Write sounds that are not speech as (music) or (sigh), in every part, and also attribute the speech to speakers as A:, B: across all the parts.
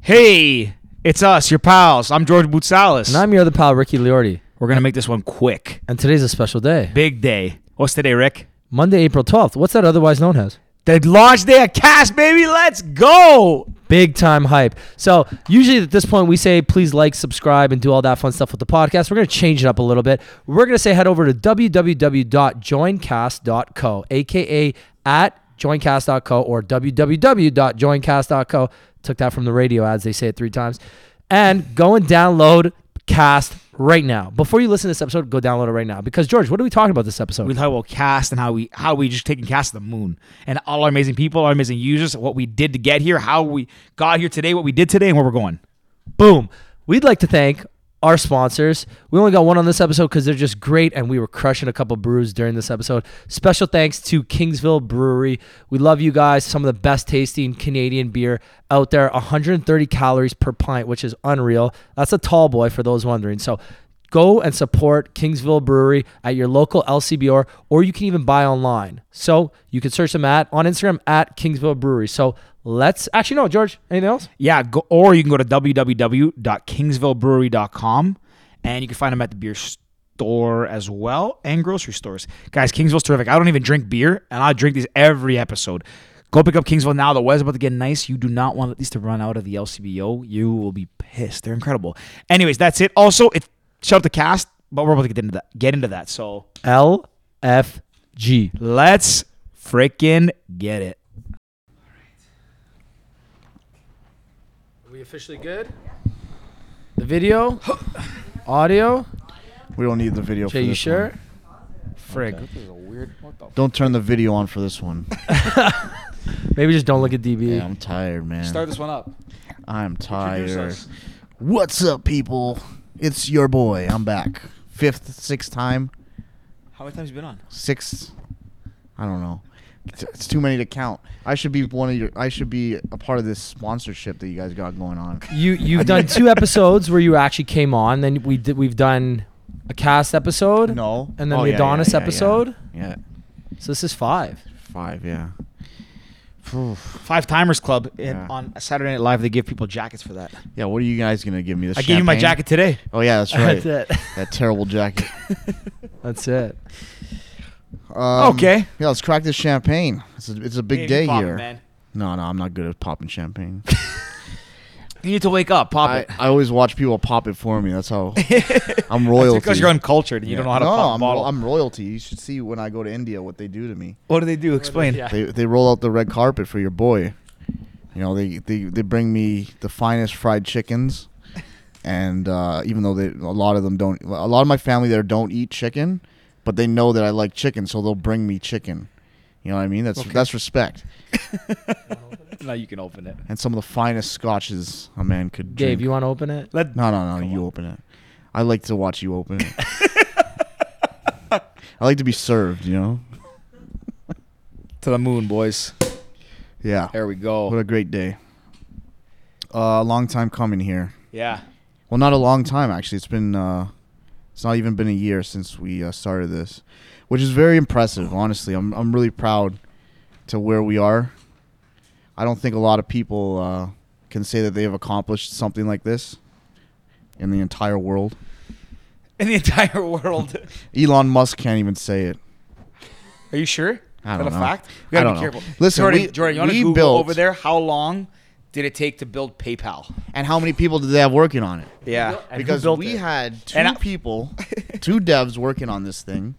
A: Hey, it's us, your pals. I'm George Boutsalis.
B: And I'm your other pal, Ricky Liordi.
A: We're gonna make this one quick.
B: And today's a special day.
A: Big day. What's today, Rick?
B: Monday, April 12th. What's that otherwise known as?
A: The launch day of Cash, baby. Let's go.
B: Big time hype. So, usually at this point, we say please like, subscribe, and do all that fun stuff with the podcast. We're going to change it up a little bit. We're going to say head over to www.joincast.co, aka at joincast.co or www.joincast.co. Took that from the radio ads. They say it three times. And go and download Cast right now. Before you listen to this episode, go download it right now. Because, George, what are we talking about this episode?
A: We talk about Cast and how we how we just taking Cast to the moon and all our amazing people, our amazing users, what we did to get here, how we got here today, what we did today, and where we're going.
B: boom. We'd like to thank our sponsors. We only got one on this episode because they're just great, and we were crushing a couple brews during this episode. Special thanks to Kingsville Brewery. We love you guys. Some of the best tasting Canadian beer out there. 130 calories per pint, which is unreal. That's a tall boy for those wondering. So go and support Kingsville Brewery at your local LCBR, or you can even buy online. So you can search them at on Instagram at Kingsville Brewery. So let's actually no, George. Anything else?
A: Yeah, go, or you can go to www.kingsvillebrewery.com and you can find them at the beer store as well and grocery stores. Guys, Kingsville's terrific. I don't even drink beer, and I drink these every episode. Go pick up Kingsville now. The weather's about to get nice. You do not want these to run out of the LCBO. You will be pissed. They're incredible. Anyways, that's it. Also, it shout out the cast, but we're about to get into that. Get into that. So
B: LFG.
A: let's freaking get it.
B: Are we officially good? The video, (gasps) audio.
C: We don't need the video.
B: Jay,
C: for
B: you
C: this
B: sure?
C: one.
A: Frig.
C: Don't turn the video on for this
D: (laughs)
C: one.
B: Maybe just don't look at DB.
C: Yeah, I'm tired, man.
D: Start this one up.
C: I'm tired.
D: us.
C: What's up, people? It's your boy. I'm back. Fifth, sixth time,
D: How many times you been on?
C: sixth. I don't know. It's, it's too many to count. I should be one of your. I should be a part of this sponsorship that you guys got going on.
B: You
C: (laughs)
B: you've done two episodes where you actually came on. Then we did, we've done a cast episode.
C: No.
B: And then
C: Oh,
B: the
C: yeah,
B: Adonis
C: yeah, yeah, yeah.
B: episode.
C: Yeah.
B: So this is five.
C: Five. Yeah.
A: Five Timers Club in,
C: Yeah.
A: on Saturday Night Live. They give people jackets for that.
C: Yeah. What are you guys gonna give me? This.
A: I gave you my
C: champagne?
A: jacket today.
C: Oh yeah, that's
B: (laughs)
C: right.
B: That's it.
A: (laughs)
C: That terrible jacket.
B: That's it.
C: Um,
A: Okay.
C: Yeah, let's crack this champagne. It's a, it's a big
A: Hey,
C: day
A: pop it,
C: here.
A: man.
C: No, no, I'm not good at popping champagne.
A: You need to wake up, (laughs) pop
C: I, (laughs)
A: it.
C: I always watch people pop it for me.
A: (laughs)
C: That's how I'm royalty.
A: That's because you're uncultured and you don't know how to
C: no,
A: pop
C: I'm,
A: a bottle.
C: I'm royalty. You should see when I go to India what they do to me.
A: what do they do? Explain.
B: yeah.
C: They they roll out the red carpet for your boy. You know they they, they bring me the finest fried chickens, and uh, even though they a lot of them don't, a lot of my family there don't eat chicken, but they know that I like chicken, so they'll bring me chicken. You know what I mean? That's that's respect.
A: (laughs) Now you can open it.
C: And some of the finest scotches a man could
B: Gabe,
C: drink.
B: you want to open it?
A: Let
C: No, no, no.
A: Come
C: you
A: on.
C: open it. I like to watch you open it. I like to be served, you know?
D: To the moon, boys.
C: Yeah.
D: There we go.
C: What a great day. Uh, a long time coming here.
A: Yeah.
C: Well, not a long time, actually. It's been, uh, it's not even been a year since we uh, started this, which is very impressive, honestly. I'm, I'm really proud to where we are. I don't think a lot of people uh, can say that they have accomplished something like this in the entire world.
A: In the (laughs) entire world.
C: Elon Musk can't even say it.
A: Are you sure?
C: I
A: Is that
C: don't
A: a
C: know.
A: fact? We gotta
C: I don't
A: be
C: know.
A: careful.
C: Listen,
A: Jordan,
C: we-
A: Jordan, you want to
C: we
A: Google
C: built-
A: over there how long did it take to build PayPal?
C: And how many people did they have working on it?
A: Yeah.
B: And who
C: because
B: built
C: we
B: it?
C: had two
A: And I-
B: (laughs)
C: people, two devs working on this thing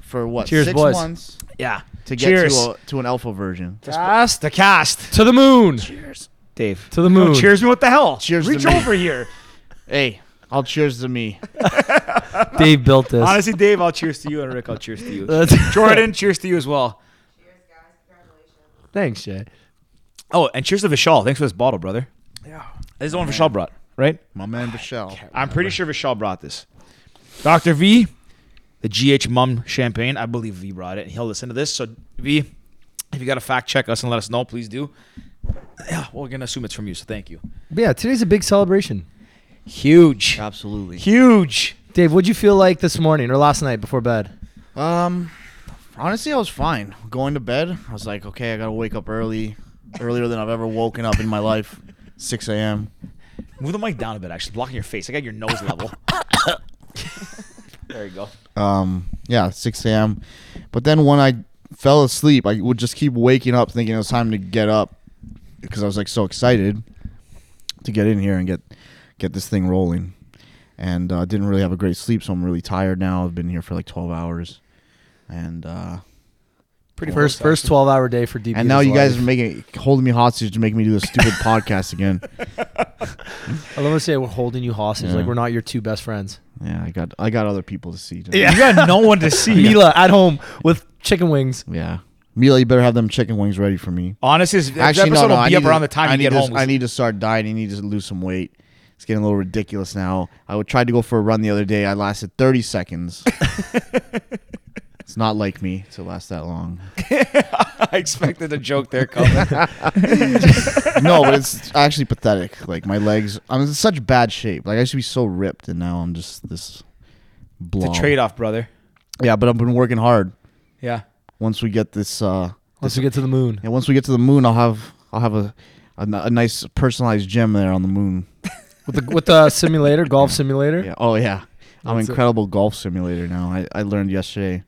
C: for what
B: Cheers,
C: six
B: boys.
C: months
A: Yeah.
C: to get
A: cheers.
C: to, a, to an alpha version.
A: Cast. The cast.
B: To the moon.
C: Cheers.
A: Dave.
B: To the moon.
A: Oh, cheers me. What the hell?
C: Cheers to
A: Reach
C: me.
A: over here.
C: Hey, I'll cheers to me.
B: Dave built this.
A: Honestly, Dave, I'll cheers to you, and Rick, I'll cheers to you.
B: (laughs) That's-
A: Jordan, cheers to you as well.
B: Thanks, Jay.
A: Oh, and cheers to Vishal. Thanks for this bottle, brother. Yeah. This is the one Vishal brought, right?
C: My man Michelle.
A: I'm pretty sure Vishal brought this. Dr. V, the GH Mum champagne, I believe V brought it. He'll listen to this. So, V, if you got a fact check us and let us know, please do. Yeah, we're going to assume it's from you, so thank you.
B: But yeah, today's a big celebration.
A: Huge.
C: Absolutely.
A: Huge.
B: Dave, what'd you feel like this morning or last night before bed?
C: Um, honestly, I was fine going to bed. I was like, okay, I gotta wake up early, earlier than I've ever woken up in my life. 6 a.m.
A: Move the mic down a bit. Actually, blocking your face. I got your nose level. (laughs) there you go.
C: um yeah 6 a.m but then when i fell asleep i would just keep waking up thinking it was time to get up because i was like so excited to get in here and get get this thing rolling and uh, didn't really have a great sleep so i'm really tired now i've been here for like 12 hours and uh
E: Pretty
B: first
E: close,
B: first
E: actually.
B: twelve hour day for DP.
C: and now
B: is
C: you guys are
B: life.
C: making holding me hostage to make me do this stupid (laughs) podcast again
B: I love to say we're holding you hostage,
C: Yeah.
B: like we're not your two best
C: (laughs)
B: friends.
C: yeah i got i got other people to see today.
A: You got no (laughs) one to see.
B: Mila at home with chicken wings.
C: yeah mila you better have them chicken wings ready for me
A: Honestly, this, this
C: Actually,
A: episode
C: no, no,
A: will
C: I
A: be
C: need
A: up
C: to-
A: around the time
C: I
A: you
C: need
A: get
C: to,
A: home.
C: I need to start dieting. I need to lose some weight. It's getting a little ridiculous now. I would- tried to go for a run the other day. I lasted
A: (laughs)
C: 30 seconds. it's not like me to last that long.
A: (laughs) I expected a joke there coming.
C: No, but it's actually pathetic. Like my legs, I'm in such bad shape. Like I used to be so ripped, and now I'm just this
A: the
C: blob.
A: trade off, brother.
C: Yeah, but I've been working hard.
A: Yeah.
C: Once we get this, uh,
B: Once we get to the moon,
C: and once we get to the moon, I'll have I'll have a a, n- a nice personalized gym there on the moon.
B: with the with the
C: (laughs)
B: simulator, golf simulator.
C: Yeah. Oh yeah. I'm
B: That's it.
C: incredible golf simulator now. I, I learned yesterday.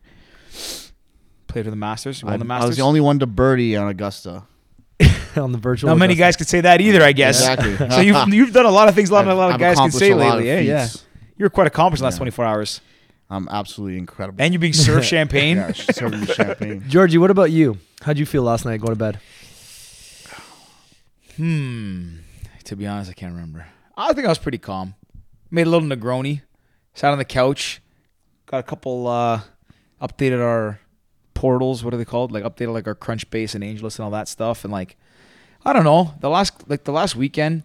A: Played for the Masters. Won
C: I,
A: the
C: I
A: Masters.
C: was the only one to birdie on Augusta.
B: (laughs) on the virtual.
A: Not many guys could say that either, I guess.
C: Exactly.
A: (laughs) so
C: (laughs)
A: you've, you've done a lot of things a lot, a lot of
C: I've
A: guys can
C: accomplished
A: say
C: a lot
A: lately. eh? Yeah,
C: of
A: yeah.
C: feats.
A: You're quite accomplished in the last
C: Yeah.
A: 24 hours.
C: I'm absolutely incredible.
A: And you're being (laughs) served champagne.
C: Yeah, she's serving me champagne.
B: Georgie, what about you? How'd you feel last night going to bed?
A: Hmm. To be honest, I can't remember. I think I was pretty calm. Made a little Negroni. Sat on the couch. Got a couple. uh Updated our portals. What are they called? Like updated like our Crunchbase and Angelus and all that stuff. And like, I don't know. The last like the last weekend,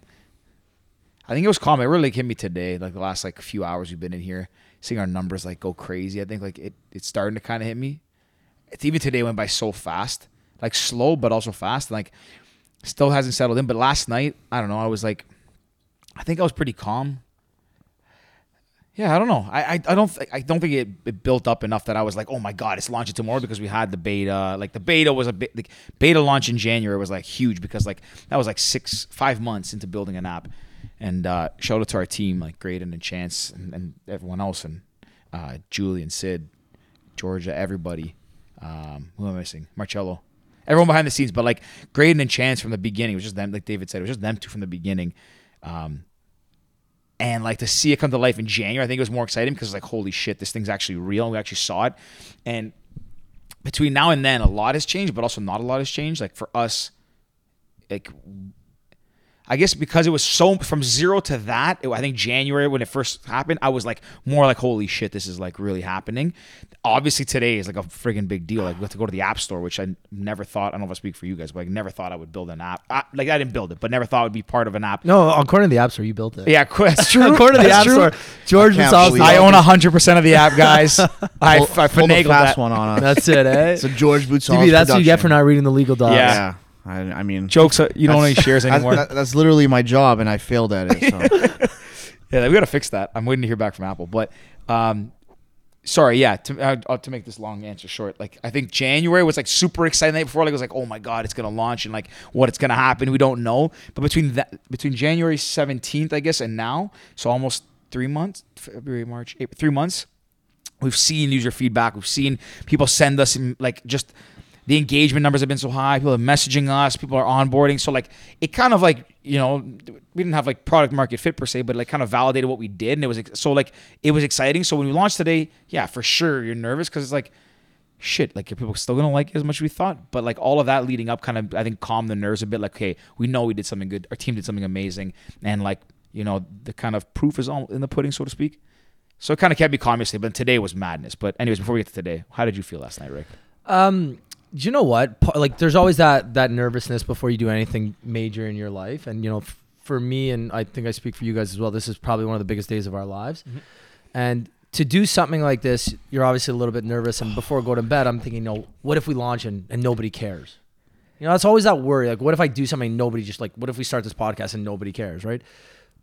A: I think it was calm. It really like, hit me today. Like the last like few hours we've been in here, seeing our numbers like go crazy. I think like it it's starting to kind of hit me. It's even today went by so fast, like slow but also fast. And, like still hasn't settled in. But last night, I don't know. I was like, I think I was pretty calm. Yeah, I don't know. I I, I don't th- I don't think it, it built up enough that I was like, oh my god, it's launching tomorrow because we had the beta. Like the beta was a bit like beta launch in January was like huge because like that was like six five months into building an app. And uh, shout out to our team like Graydon and Chance and, and everyone else and uh, Julie and Sid, Georgia, everybody. Um, who am I missing? Marcello everyone behind the scenes, but like Graydon and Chance from the beginning it was just them, like David said, it was just them two from the beginning. Um, and like to see it come to life in January, I think it was more exciting because like, holy shit, this thing's actually real and we actually saw it. And between now and then, a lot has changed, but also not a lot has changed. Like for us, like I guess because it was so from zero to that, it- I think January when it first happened, I was like more like, holy shit, this is like really happening. Obviously, today is like a friggin' big deal. Like, we have to go to the App Store, which I never thought, I don't know if I speak for you guys, but I never thought I would build an app. I, like, I didn't build it, but never thought it would be part of an app.
B: No, according to the app store, you built it.
A: Yeah, qu- (laughs) that's true.
B: (laughs) according to the
A: That's true.
B: app store, George
C: I can't
B: Vassal's
C: believe
A: I
C: it.
A: own 100% of the app, guys.
C: (laughs)
A: I, (laughs) I
C: Pull- pull the
A: finagled
C: fast
A: that.
C: one on us.
B: That's it, eh?
C: It's a George Bouton.
B: DB, that's what you get for not reading the legal docs.
A: Yeah.
C: Yeah. I, I mean,
A: Jokes, uh, you don't own any
C: That's-
A: shares
C: (laughs) that's,
A: anymore.
C: that- that's literally my job, and I failed at
A: (laughs)
C: it. So.
A: Yeah, we got to fix that. I'm waiting to hear back from Apple. But um, sorry, yeah, to, uh, uh, to make this long answer short, like I think January was like super exciting. The night before, like it was like, oh my god, it's gonna launch and like what it's gonna happen, we don't know. But between that, between January 17th, I guess, and now, so almost three months, February, March, April, three months. We've seen user feedback. We've seen people send us mm, like just the engagement numbers have been so high. People are messaging us. People are onboarding. So like it kind of like you know we didn't have like product market fit per se, but like kind of validated what we did, and it was ex- so like it was exciting. So when we launched today, yeah, for sure you're nervous because it's like shit, like are people still gonna like it as much as we thought? But like all of that leading up kind of I think calmed the nerves a bit, like, okay, we know we did something good, our team did something amazing, and like, you know, the kind of proof is all in the pudding, so to speak. So it kind of kept me calm yesterday, but today was madness. But anyways, before we get to today, how did you feel last night, Rick?
B: Um, do you know what? Pa- Like, there's always that that nervousness before you do anything major in your life, and you know, f- for me, and I think I speak for you guys as well. This is probably one of the biggest days of our lives, and to do something like this, you're obviously a little bit nervous. And before going to bed, I'm thinking, you know, what if we launch and, and nobody cares? You know, it's always that worry. Like, what if I do something? Nobody just like, what if we start this podcast and nobody cares, right?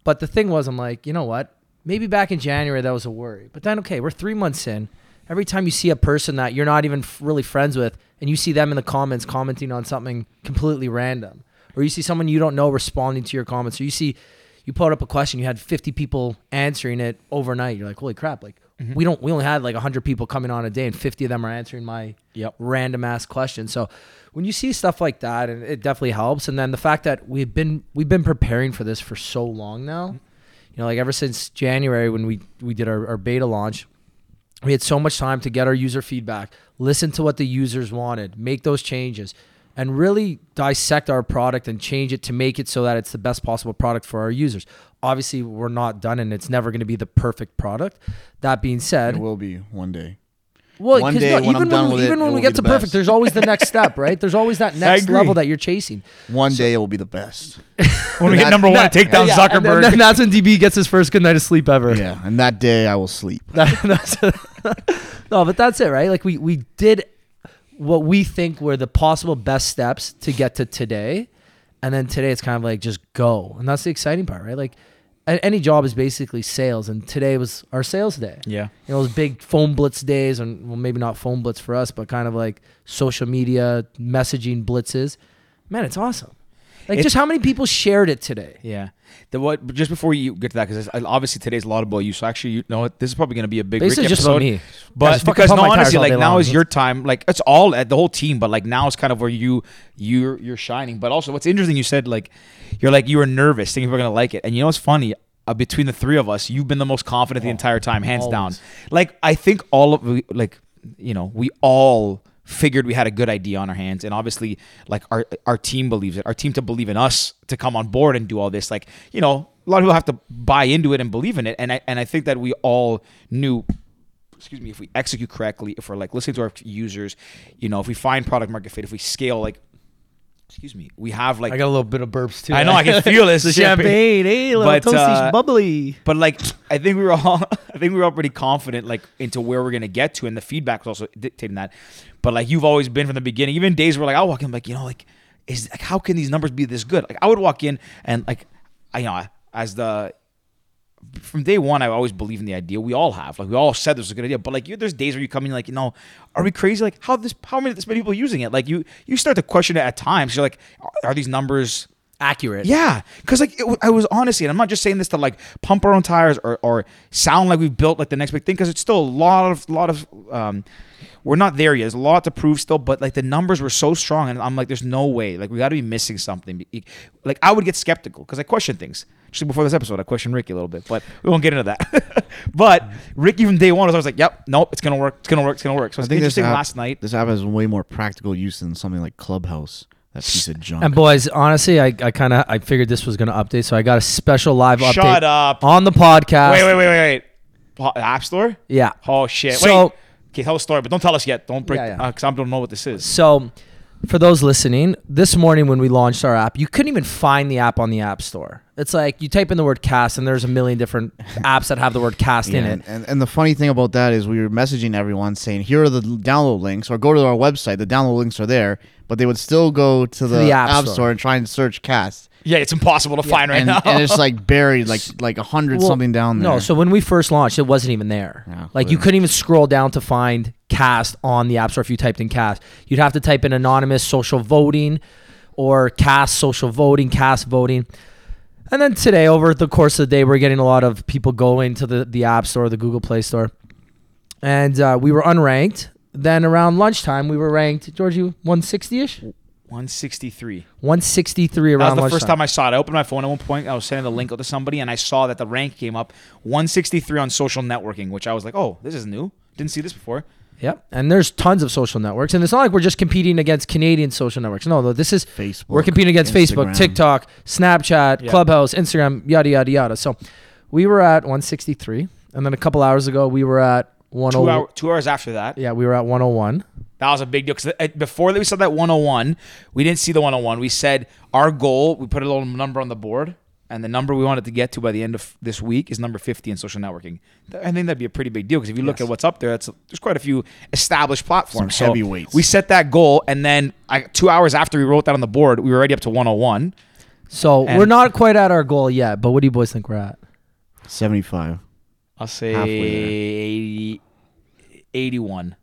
B: But the thing was, I'm like, you know what? Maybe back in January that was a worry. But then, okay, we're three months in. Every time you see a person that you're not even f- really friends with, and you see them in the comments commenting on something completely random, or you see someone you don't know responding to your comments, or you see you put up a question, you had 50 people answering it overnight. You're like, holy crap! Like we don't, we only had like 100 people coming on a day, and 50 of them are answering my
F: Yep.
B: random ass questions. So when you see stuff like that, and it definitely helps. And then the fact that we've been we've been preparing for this for so long now, you know, like ever since January when we we did our, our beta launch, we had so much time to get our user feedback, listen to what the users wanted, make those changes, and really dissect our product and change it to make it so that it's the best possible product for our users. Obviously, we're not done, and it's never going to be the perfect product. That being said,
C: It will be one day.
B: well,
C: One
B: 'cause
C: day
B: no,
C: when
B: even
C: I'm
B: when,
C: done
B: we-
C: with it,
B: even
C: it
B: when we
C: will
B: get
C: be
B: to
C: the
B: perfect,
C: best.
B: there's always that
C: (laughs)
B: next step, right? There's always that next
F: agree.
B: level that you're chasing.
C: One day it will be the best.
F: When we
C: That-
F: hit number one, take down
B: Yeah, and then-
F: Zuckerberg.
A: (laughs)
B: then (laughs) that's when DB gets his first good night of sleep ever.
C: yeah, and that day I will sleep.
B: That- (laughs) that's- no, but that's it, right? Like we we did what we think were the possible best steps to get to today, and then today it's kind of like just go, and that's the exciting part, right? Like a- any job is basically sales, and today was our sales day.
F: yeah.
B: you know, those big phone blitz days, and well, maybe not phone blitz for us, but kind of like social media messaging blitzes. Man, it's awesome. Like
A: It's-
B: just how many people shared it today?
A: Yeah. The what? but Just before you get to that, because obviously today's a lot about you. So actually, you know what? This is probably going to be a big.
B: Basically,
A: Rick
B: just
A: episode.
B: about me. I
A: But
B: just fucking
A: because
B: pump
A: no,
B: my tires
A: honestly,
B: all
A: like
B: day
A: now
B: long.
A: is your time. Like it's all at the whole team, but like now it's kind of where you you're you're shining. But also, what's interesting, you said like you're like you were nervous, thinking people are going to like it, and you know what's funny. Uh, between the three of us, you've been the most confident the entire time, hands down.
B: always.
A: Like I think all of we- like you know we all figured we had a good idea on our hands and obviously like our our team believes it our team to believe in us to come on board and do all this like you know a lot of people have to buy into it and believe in it and i and i think that we all knew excuse me, if we execute correctly, if we're like listening to our users, you know, if we find product market fit, if we scale, like, excuse me, we have like,
B: I got a little bit of burps too.
A: I know I can feel this
B: (laughs) the
A: shit.
B: champagne, hey, little
A: But,
B: toasty,
A: uh,
B: bubbly.
A: but like, I think we were all, (laughs) I think we were all pretty confident, like, into where we're gonna get to, and the feedback was also dictating that. But like, you've always been from the beginning, even days where like I walk in, like, you know, like, is like, how can these numbers be this good? Like, I would walk in and like, I you know, as the from day one, I always believe in the idea. We all have, like, we all said this was a good idea. But like, you, there's days where you come in, like, you know, are we crazy? Like, how this, how many this many people using it? Like, you, you start to question it at times. You're like, are, are these numbers
B: Accurate.
A: yeah, because like it, w- I was honestly, and I'm not just saying this to like pump our own tires or, or sound like we've built like the next big thing, because it's still a lot of lot of um, we're not there yet. There's a lot to prove still, but like the numbers were so strong, and I'm like, there's no way, like we got to be missing something. Be- Like I would get skeptical because I question things. Actually, before this episode, I questioned Ricky a little bit, but we won't get into that. (laughs) but Ricky from day one was always like, "Yep, nope, it's gonna work, it's gonna work, it's gonna work." So it's interesting.
C: app-
A: last night,
C: This app has way more practical use than something like Clubhouse. That piece of junk.
B: And boys, honestly, I, I kind of I figured this was gonna update, so I got a special live update.
A: Shut up.
B: on the podcast.
A: wait, wait, wait, wait, wait, Pa- App Store.
B: Yeah.
A: Oh shit!
B: So-
A: Wait. Okay, tell the story, but don't tell us yet. Don't break
B: Yeah,
A: because
B: yeah.
A: I don't know what this is.
B: So, for those listening, this morning when we launched our app, you couldn't even find the app on the App Store. It's like you type in the word cast, and there's a million different apps that have the word cast
C: Yeah,
B: in
C: and,
B: it.
C: and, and the funny thing about that is we were messaging everyone saying, here are the download links, or go to our website. The download links are there, but they would still go to the,
B: the App
C: app,
B: Store.
C: store. and try and
B: (laughs)
C: search Cast.
A: Yeah, it's impossible to find right
C: and,
A: now. (laughs)
C: and it's like buried like like a hundred
B: Well,
C: something down there.
B: No, so when we first launched, it wasn't even there.
C: Yeah,
B: like you
C: clear.
B: couldn't even scroll down to find cast on the app store if you typed in cast. You'd have to type in anonymous social voting or cast social voting, cast voting. And then today, over the course of the day, we're getting a lot of people going to the, the App Store, the Google Play Store. And uh, we were unranked. Then around lunchtime, we were ranked, Georgie, 160 ish?
A: 163.
B: 163
A: That was
B: around
A: the
B: lunchtime.
A: first time I saw it. I opened my phone at one point. I was sending the link out to somebody, and I saw that the rank came up 163 on social networking, which I was like, "Oh, this is new. Didn't see this before."
B: Yep. And there's tons of social networks. And it's not like we're just competing against Canadian social networks. No, though this is
C: Facebook,
B: we're competing against Facebook,
C: Instagram.
B: TikTok, Snapchat,
A: Yeah.
B: Clubhouse, Instagram, yada yada yada. So we were at 163 and then a couple hours ago we were at 10
A: Two, hour, two hours after that,
B: Yeah, we were at 101.
A: That was a big deal because before that we said that 101, we didn't see the 101. We said our goal, we put a little number on the board, and the number we wanted to get to by the end of this week is number 50 in social networking. Th- I think that'd be a pretty big deal because if you look at what's up there, that's there's quite a few established platforms.
C: Some
A: So
C: heavyweights.
A: we set that goal, and then I, two hours after we wrote that on the board, we were already up to 101.
B: So
A: And-
B: we're not quite at our goal yet, but what do you boys think we're at?
C: seventy five.
A: I'll say
C: Halfway there.
A: 80, 81.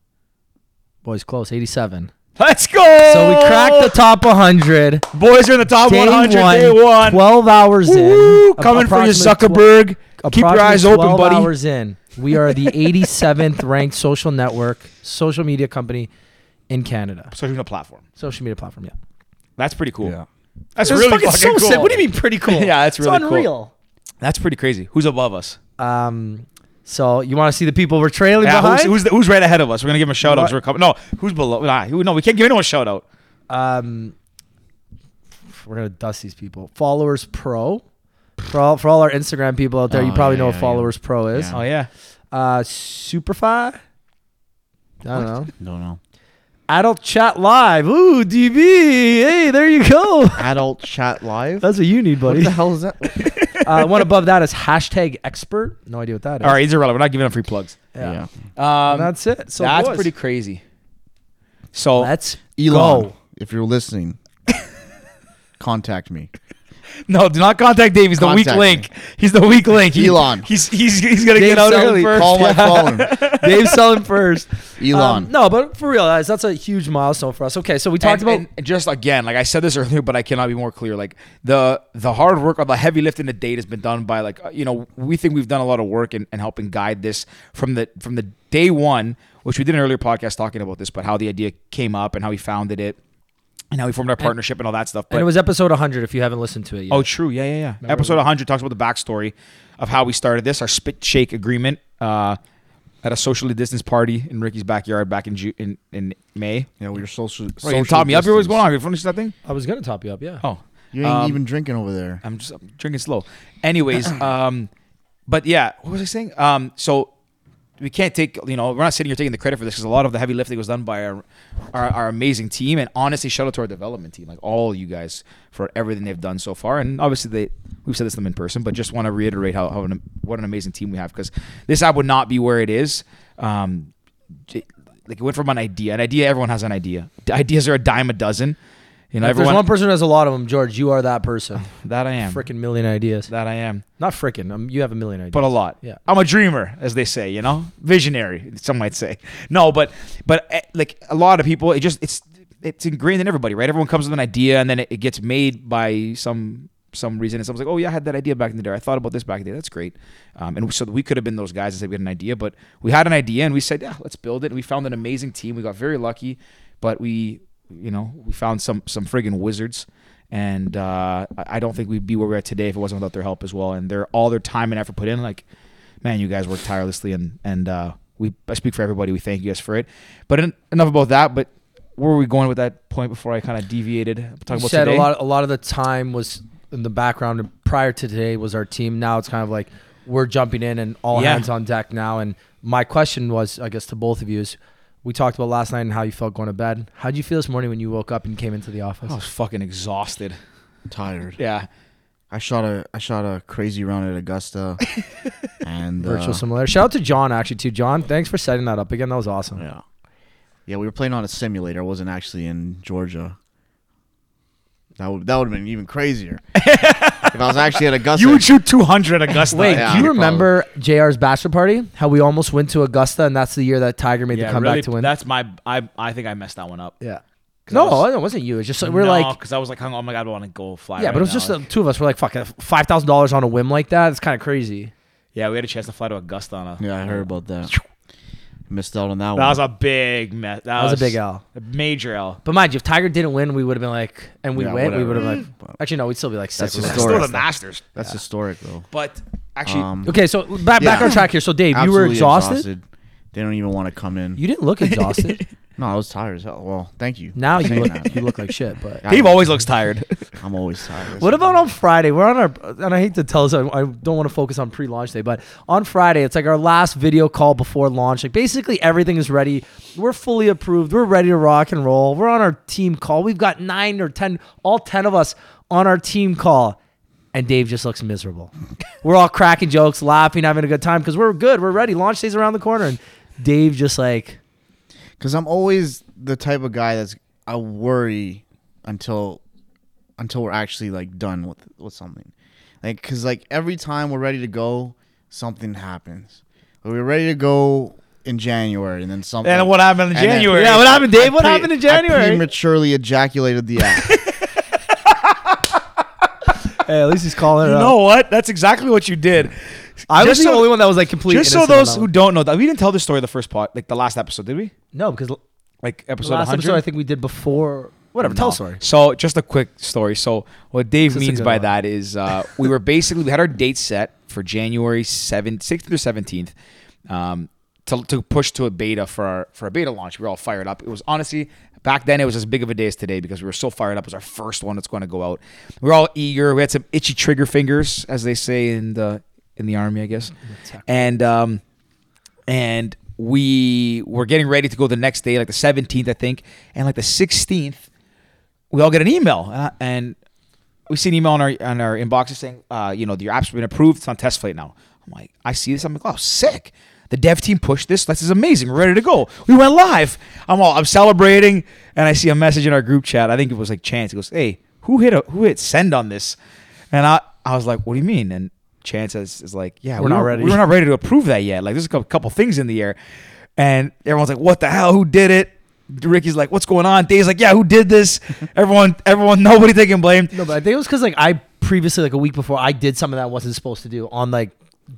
B: Boys close, 87.
A: Let's go.
B: So we cracked the top 100.
A: boys are in the top
B: Day
A: 100
B: one,
A: day one.
B: 12 hours
A: Woo,
B: in.
A: coming for you,
B: Approximately tw-
A: Zuckerberg. Keep your eyes
B: approximately
A: open,
B: 12
A: buddy.
B: hours in, we are the 87th (laughs) ranked social network, social media company in Canada.
A: Social media platform.
B: Social media platform, yeah.
A: That's pretty cool.
C: Yeah.
A: That's
B: It was
A: really fucking,
B: so
A: cool.
B: sick. What do you
A: (laughs)
B: mean pretty cool?
A: Yeah, it's really
B: it's
A: cool.
B: unreal.
A: That's pretty crazy. Who's above us?
B: Um, so you want to see the people we're trailing
A: Yeah,
B: behind?
A: Uh, who's, who's, the, who's right ahead of us? We're gonna give him a shout out. 'cause
B: What?
A: We're coming. No, who's below? Nah, who- no, we can't give anyone a shout out.
B: um, we're gonna dust these people. Followers Pro. For all, for all our Instagram people out there, you
C: Oh,
B: probably
C: yeah,
B: know
C: yeah,
B: what
C: yeah.
B: Followers Pro is.
C: Yeah.
A: Oh yeah,
B: Uh, Superfy. I don't know.
C: Don't know.
B: Adult Chat Live. Ooh, DB. Hey, there you go. (laughs)
C: Adult chat live.
B: That's what you need,
C: what
B: buddy.
C: the hell is that?
B: (laughs) uh, one above that is hashtag expert. No idea what that is.
A: all right, he's irrelevant. We're not giving him free plugs.
B: Yeah.
A: Um,
B: And that's it. So
A: that's
B: boys,
A: pretty crazy. So
B: Let's
C: Elon,
B: go.
C: if
B: (laughs)
C: you're listening, contact me.
A: no, do not contact Dave. He's the weak
C: Contact
A: link. He's the weak link. He-
C: Elon.
A: He's he's he's gonna
B: Dave
A: get out
B: Sell-
A: early.
B: First.
C: Call my phone.
B: (laughs) Dave
A: (laughs)
B: selling first.
C: Elon.
B: Um, no, but for real, guys, that's a huge milestone for us. Okay, so we talked
A: And-
B: about.
A: and just again, like I said this (laughs) earlier, but I cannot be more clear. Like the the hard work or the heavy lifting to date has been done by like uh, you know we think we've done a lot of work in, in helping guide this from the from the day one, which we did an earlier podcast talking about this, but how the idea came up and how we founded it and how we formed our partnership and all that stuff. But
B: and it was episode 100. If you haven't listened to it yet,
A: Oh, true. Yeah, yeah, yeah. Episode 100 talks about the backstory of how we started this, our spit shake agreement uh, at a socially distanced party in Ricky's backyard back in Ju- in, in May.
C: yeah, we are social.
A: Bro, you
C: social
A: taught me up here. What's
C: distance.
A: going on? You finished that thing?
B: I was gonna top you up. Yeah.
A: Oh,
C: You ain't
A: Um,
C: even drinking over there.
A: I'm just I'm drinking slow.
B: (clears throat)
A: Anyways, um, but yeah, what was I saying? Um, so we can't take you know we're not sitting here taking the credit for this because a lot of the heavy lifting was done by our, our our amazing team and honestly shout out to our development team like all you guys for everything they've done so far and obviously they we've said this to them in person but just want to reiterate how, how an, what an amazing team we have because this app would not be where it is um j- like it went from an idea an idea everyone has an idea ideas are a dime a dozen you know
B: If there's
A: everyone
B: one person who has a lot of them, George, you are that person.
A: that I am
B: Freaking million ideas.
A: that I am
B: Not freaking. Um, you have a million ideas.
A: but a lot.
B: Yeah.
A: I'm a dreamer, as they say, you know, visionary. Some might say no, but but eh, like a lot of people, it just it's it's ingrained in everybody, right? Everyone comes with an idea, and then it, it gets made by some some reason, and someone's like, oh yeah, I had that idea back in the day. I thought about this back in the day. That's great. Um, and so we could have been those guys that said we had an idea, but we had an idea, and we said, yeah, let's build it. And we found an amazing team. We got very lucky, but we you know we found some some friggin' wizards and uh, I I don't think we'd be where we are today if it wasn't without their help as well. And their all their time and effort put in, like, man, you guys work tirelessly, and and uh, we I speak for everybody. We thank you guys for it. But en- enough about that. But where were we going with that point before I kind of deviated? Talking
B: you
A: about
B: said
A: today?
B: a lot. A lot of the time was in the background and prior to today was our team. Now it's kind of like we're jumping in and all
A: Yeah.
B: hands on deck now. And my question was, I guess, to both of you is, we talked about last night and how you felt going to bed. How would you feel this morning when you woke up and came into the office?
A: I was fucking exhausted.
C: tired.
A: Yeah,
C: I shot a I shot a crazy round at
B: (laughs)
C: Augusta, and
B: Virtual
C: uh,
B: simulator. Shout out to John actually too. John, thanks for setting that up again. That was awesome.
C: Yeah, yeah. We were playing on a simulator. I wasn't actually in Georgia. That would that would have been
B: (laughs)
C: even crazier if I was actually at Augusta.
A: you would shoot two hundred Augusta.
B: Wait,
C: Yeah,
B: do you
C: no
B: remember JR's bachelor party? How we almost went to Augusta, and that's the year that Tiger made the comeback to win.
A: That's my I I think I messed that one up.
B: yeah.
A: 'Cause I
B: No,
A: was-
B: it wasn't you. It's just we're like,
A: because I was like, oh my god, I want to go fly.
B: yeah,
A: right
B: but it was
A: now.
B: just the two of us. We're like, fuck, five thousand dollars on a whim like that. It's kind of crazy.
A: yeah, we had a chance to fly to Augusta on a.
C: Yeah, I heard about that. Missed out on that,
A: That
C: one.
A: was a big mess. That,
B: That was a big L.
A: a major L.
B: But mind you, if Tiger didn't win, we would have been like, and we
C: Yeah,
B: went, we
C: whatever.
B: would have like, actually no, we'd still be like sick.
C: That's
B: We're
C: just
B: like-
C: Still
A: Still
C: the
A: the Masters.
C: That's historic though.
A: But actually,
C: Um,
B: okay, so back, back
C: Yeah.
B: on track here. So Dave, you were
C: absolutely
B: exhausted?
C: They don't even want to come in.
B: You didn't look
C: (laughs)
B: exhausted.
C: no, I was tired as hell. Well, thank you.
B: now you
C: Saying
B: look, (laughs)
C: that.
B: you look like shit. But
C: Yeah,
A: Dave always looks tired.
C: I'm always tired.
B: What about on Friday? We're on our, and I hate to tell us, I, I don't want to focus on pre-launch day, but on Friday, it's like our last video call before launch. Like basically everything is ready. We're fully approved. We're ready to rock and roll. We're on our team call. We've got nine or ten, all ten of us on our team call, and Dave just looks miserable. (laughs) we're all cracking jokes, laughing, having a good time because we're good. We're ready. Launch day's around the corner, and Dave just like
C: Because I'm always the type of guy that's I worry until until we're actually like done with with something. Like, cause like every time we're ready to go, something happens. Like, we're ready to go in January, and then something.
A: And what happened in
C: And then-
A: January?
B: Yeah, what happened, Dave? What
C: pre-
B: happened in
C: I
B: January?
C: prematurely ejaculated the app.
B: Hey, at least he's calling
A: (laughs)
B: it
A: You know what? That's exactly what you did.
B: I was
A: Just
B: the
A: so-
B: only one that was like completely.
A: Just so those who don't know that we didn't tell this story the first part, like the last episode, did we?
B: no, because l-
A: Like
B: the
A: episode
B: last
A: 100.
B: episode I think we did before. Whatever, tell a
A: No.
B: story.
A: So just a quick story. So what Dave
B: This is a
A: means
B: good
A: by
B: one.
A: that is uh, we
B: (laughs)
A: were basically we had our date set for January 7th, 16th or seventeenth. Um, to, to push to a beta for our for a beta launch, we were all fired up. It was honestly back then it was as big of a day as today because we were so fired up. It was our first one that's going to go out. We were all eager. We had some itchy trigger fingers, as they say in the in the army, I guess. And um, and we were getting ready to go the next day, like the 17th, I think, and like the 16th, we all get an email, uh, and we see an email on our on our inboxes saying, uh, you know, your app's been approved. It's on test flight now. I'm like, I see this. I'm like, wow, sick. The dev team pushed this. This is amazing. We're ready to go. We went live. I'm all, I'm celebrating, and I see a message in our group chat. I think it was like Chance. He goes, hey, who hit a who hit send on this? And I I was like, what do you mean? And Chance is, is like, yeah,
B: We're
A: we
B: not
A: were-
B: ready.
A: We were not ready to approve that yet. Like, there's a cou- couple things in the air, and everyone's like, what the hell? Who did it? Ricky's like, what's going on? Dave's like, yeah, who did
B: (laughs)
A: this? Everyone, everyone, (laughs) nobody taking blame.
B: No, but I think it was because like I previously like a week before I did something that I wasn't supposed to do on like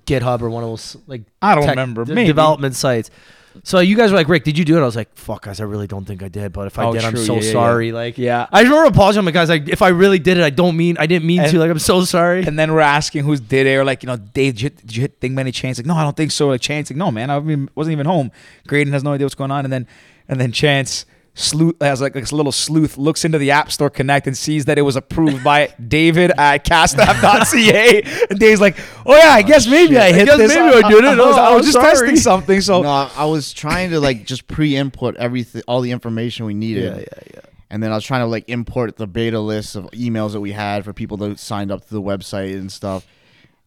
B: GitHub or one of those like
A: I don't remember.
B: de-
A: Maybe.
B: development sites. So you guys were like, Rick, did you do it? I was like, fuck, guys, I really don't think I did. But if I
A: Oh,
B: did, I'm
A: true.
B: so
A: Yeah, yeah, yeah.
B: sorry. Like,
A: Yeah.
B: I remember apologizing. I'm like, guys, like, if I really did it, I don't mean, I didn't mean
A: And-
B: to. Like, I'm so sorry.
A: And then we're asking who's did it, or like, you know, Dave, did you, hit- did you hit Thing Many Chance? Like, no, I don't think so. Like, Chance, like, no, man, I mean, wasn't even home. Graydon has no idea what's going on. And then, and then Chance sleuth has like this little sleuth looks into the App Store Connect and sees that it was approved
B: (laughs)
A: by David at castapp.ca. And Dave's like, oh yeah, I guess maybe I hit
B: guess
A: this.
B: maybe I did
A: was,
B: it. Oh,
A: I was
B: I'm
A: just
B: sorry.
A: testing something.
B: (laughs)
A: So
C: no, I- I was trying to like just pre-input everything, all the information we needed.
B: Yeah, yeah,
C: yeah. And then I was trying to like import the beta list of emails that we had for people that signed up to the website and stuff.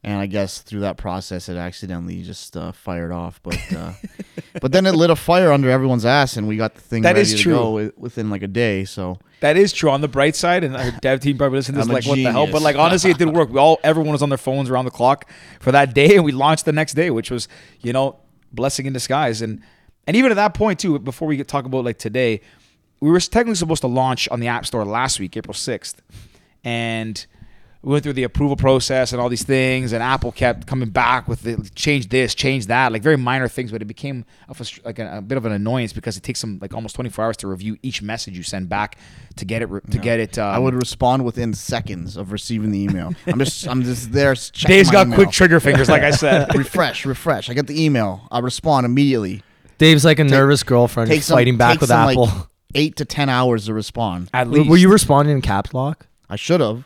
C: And I guess through that process, it accidentally just uh, fired off. But
A: (laughs)
C: uh, but then it lit a fire under everyone's ass, and we got the thing
A: That
C: ready
A: is
C: to
A: true.
C: go wi- within like a day. So
A: That is true. On the bright side, and our dev team probably listened to this
C: I'm a
A: like, what the hell?
C: genius.
A: But like, honestly, it did work. We all, everyone was on their phones around the clock for that day, and we launched the next day, which was, you know, blessing in disguise. And and even at that point too, before we get talk about like today, we were technically supposed to launch on the App Store last week, April sixth, and we went through the approval process and all these things, and Apple kept coming back with the, change this, change that, like very minor things, but it became a frust- like a, a bit of an annoyance because it takes them like almost 24 hours to review each message you send back to get it re- to get it. Um,
C: I would respond within seconds of receiving the email. I'm just I'm just there. checking
A: Dave's
C: my
A: got
C: email.
A: quick trigger fingers, like I
B: (laughs)
A: said.
C: refresh, refresh. I get the email. I respond immediately.
B: Dave's like a nervous girlfriend
C: takes
B: who's fighting
C: them-
B: back
C: takes
B: with
C: them,
B: Apple.
C: Like eight to ten hours to respond.
A: At
B: (laughs) Were-
A: least
B: Were you responding in caps lock?
C: I should have.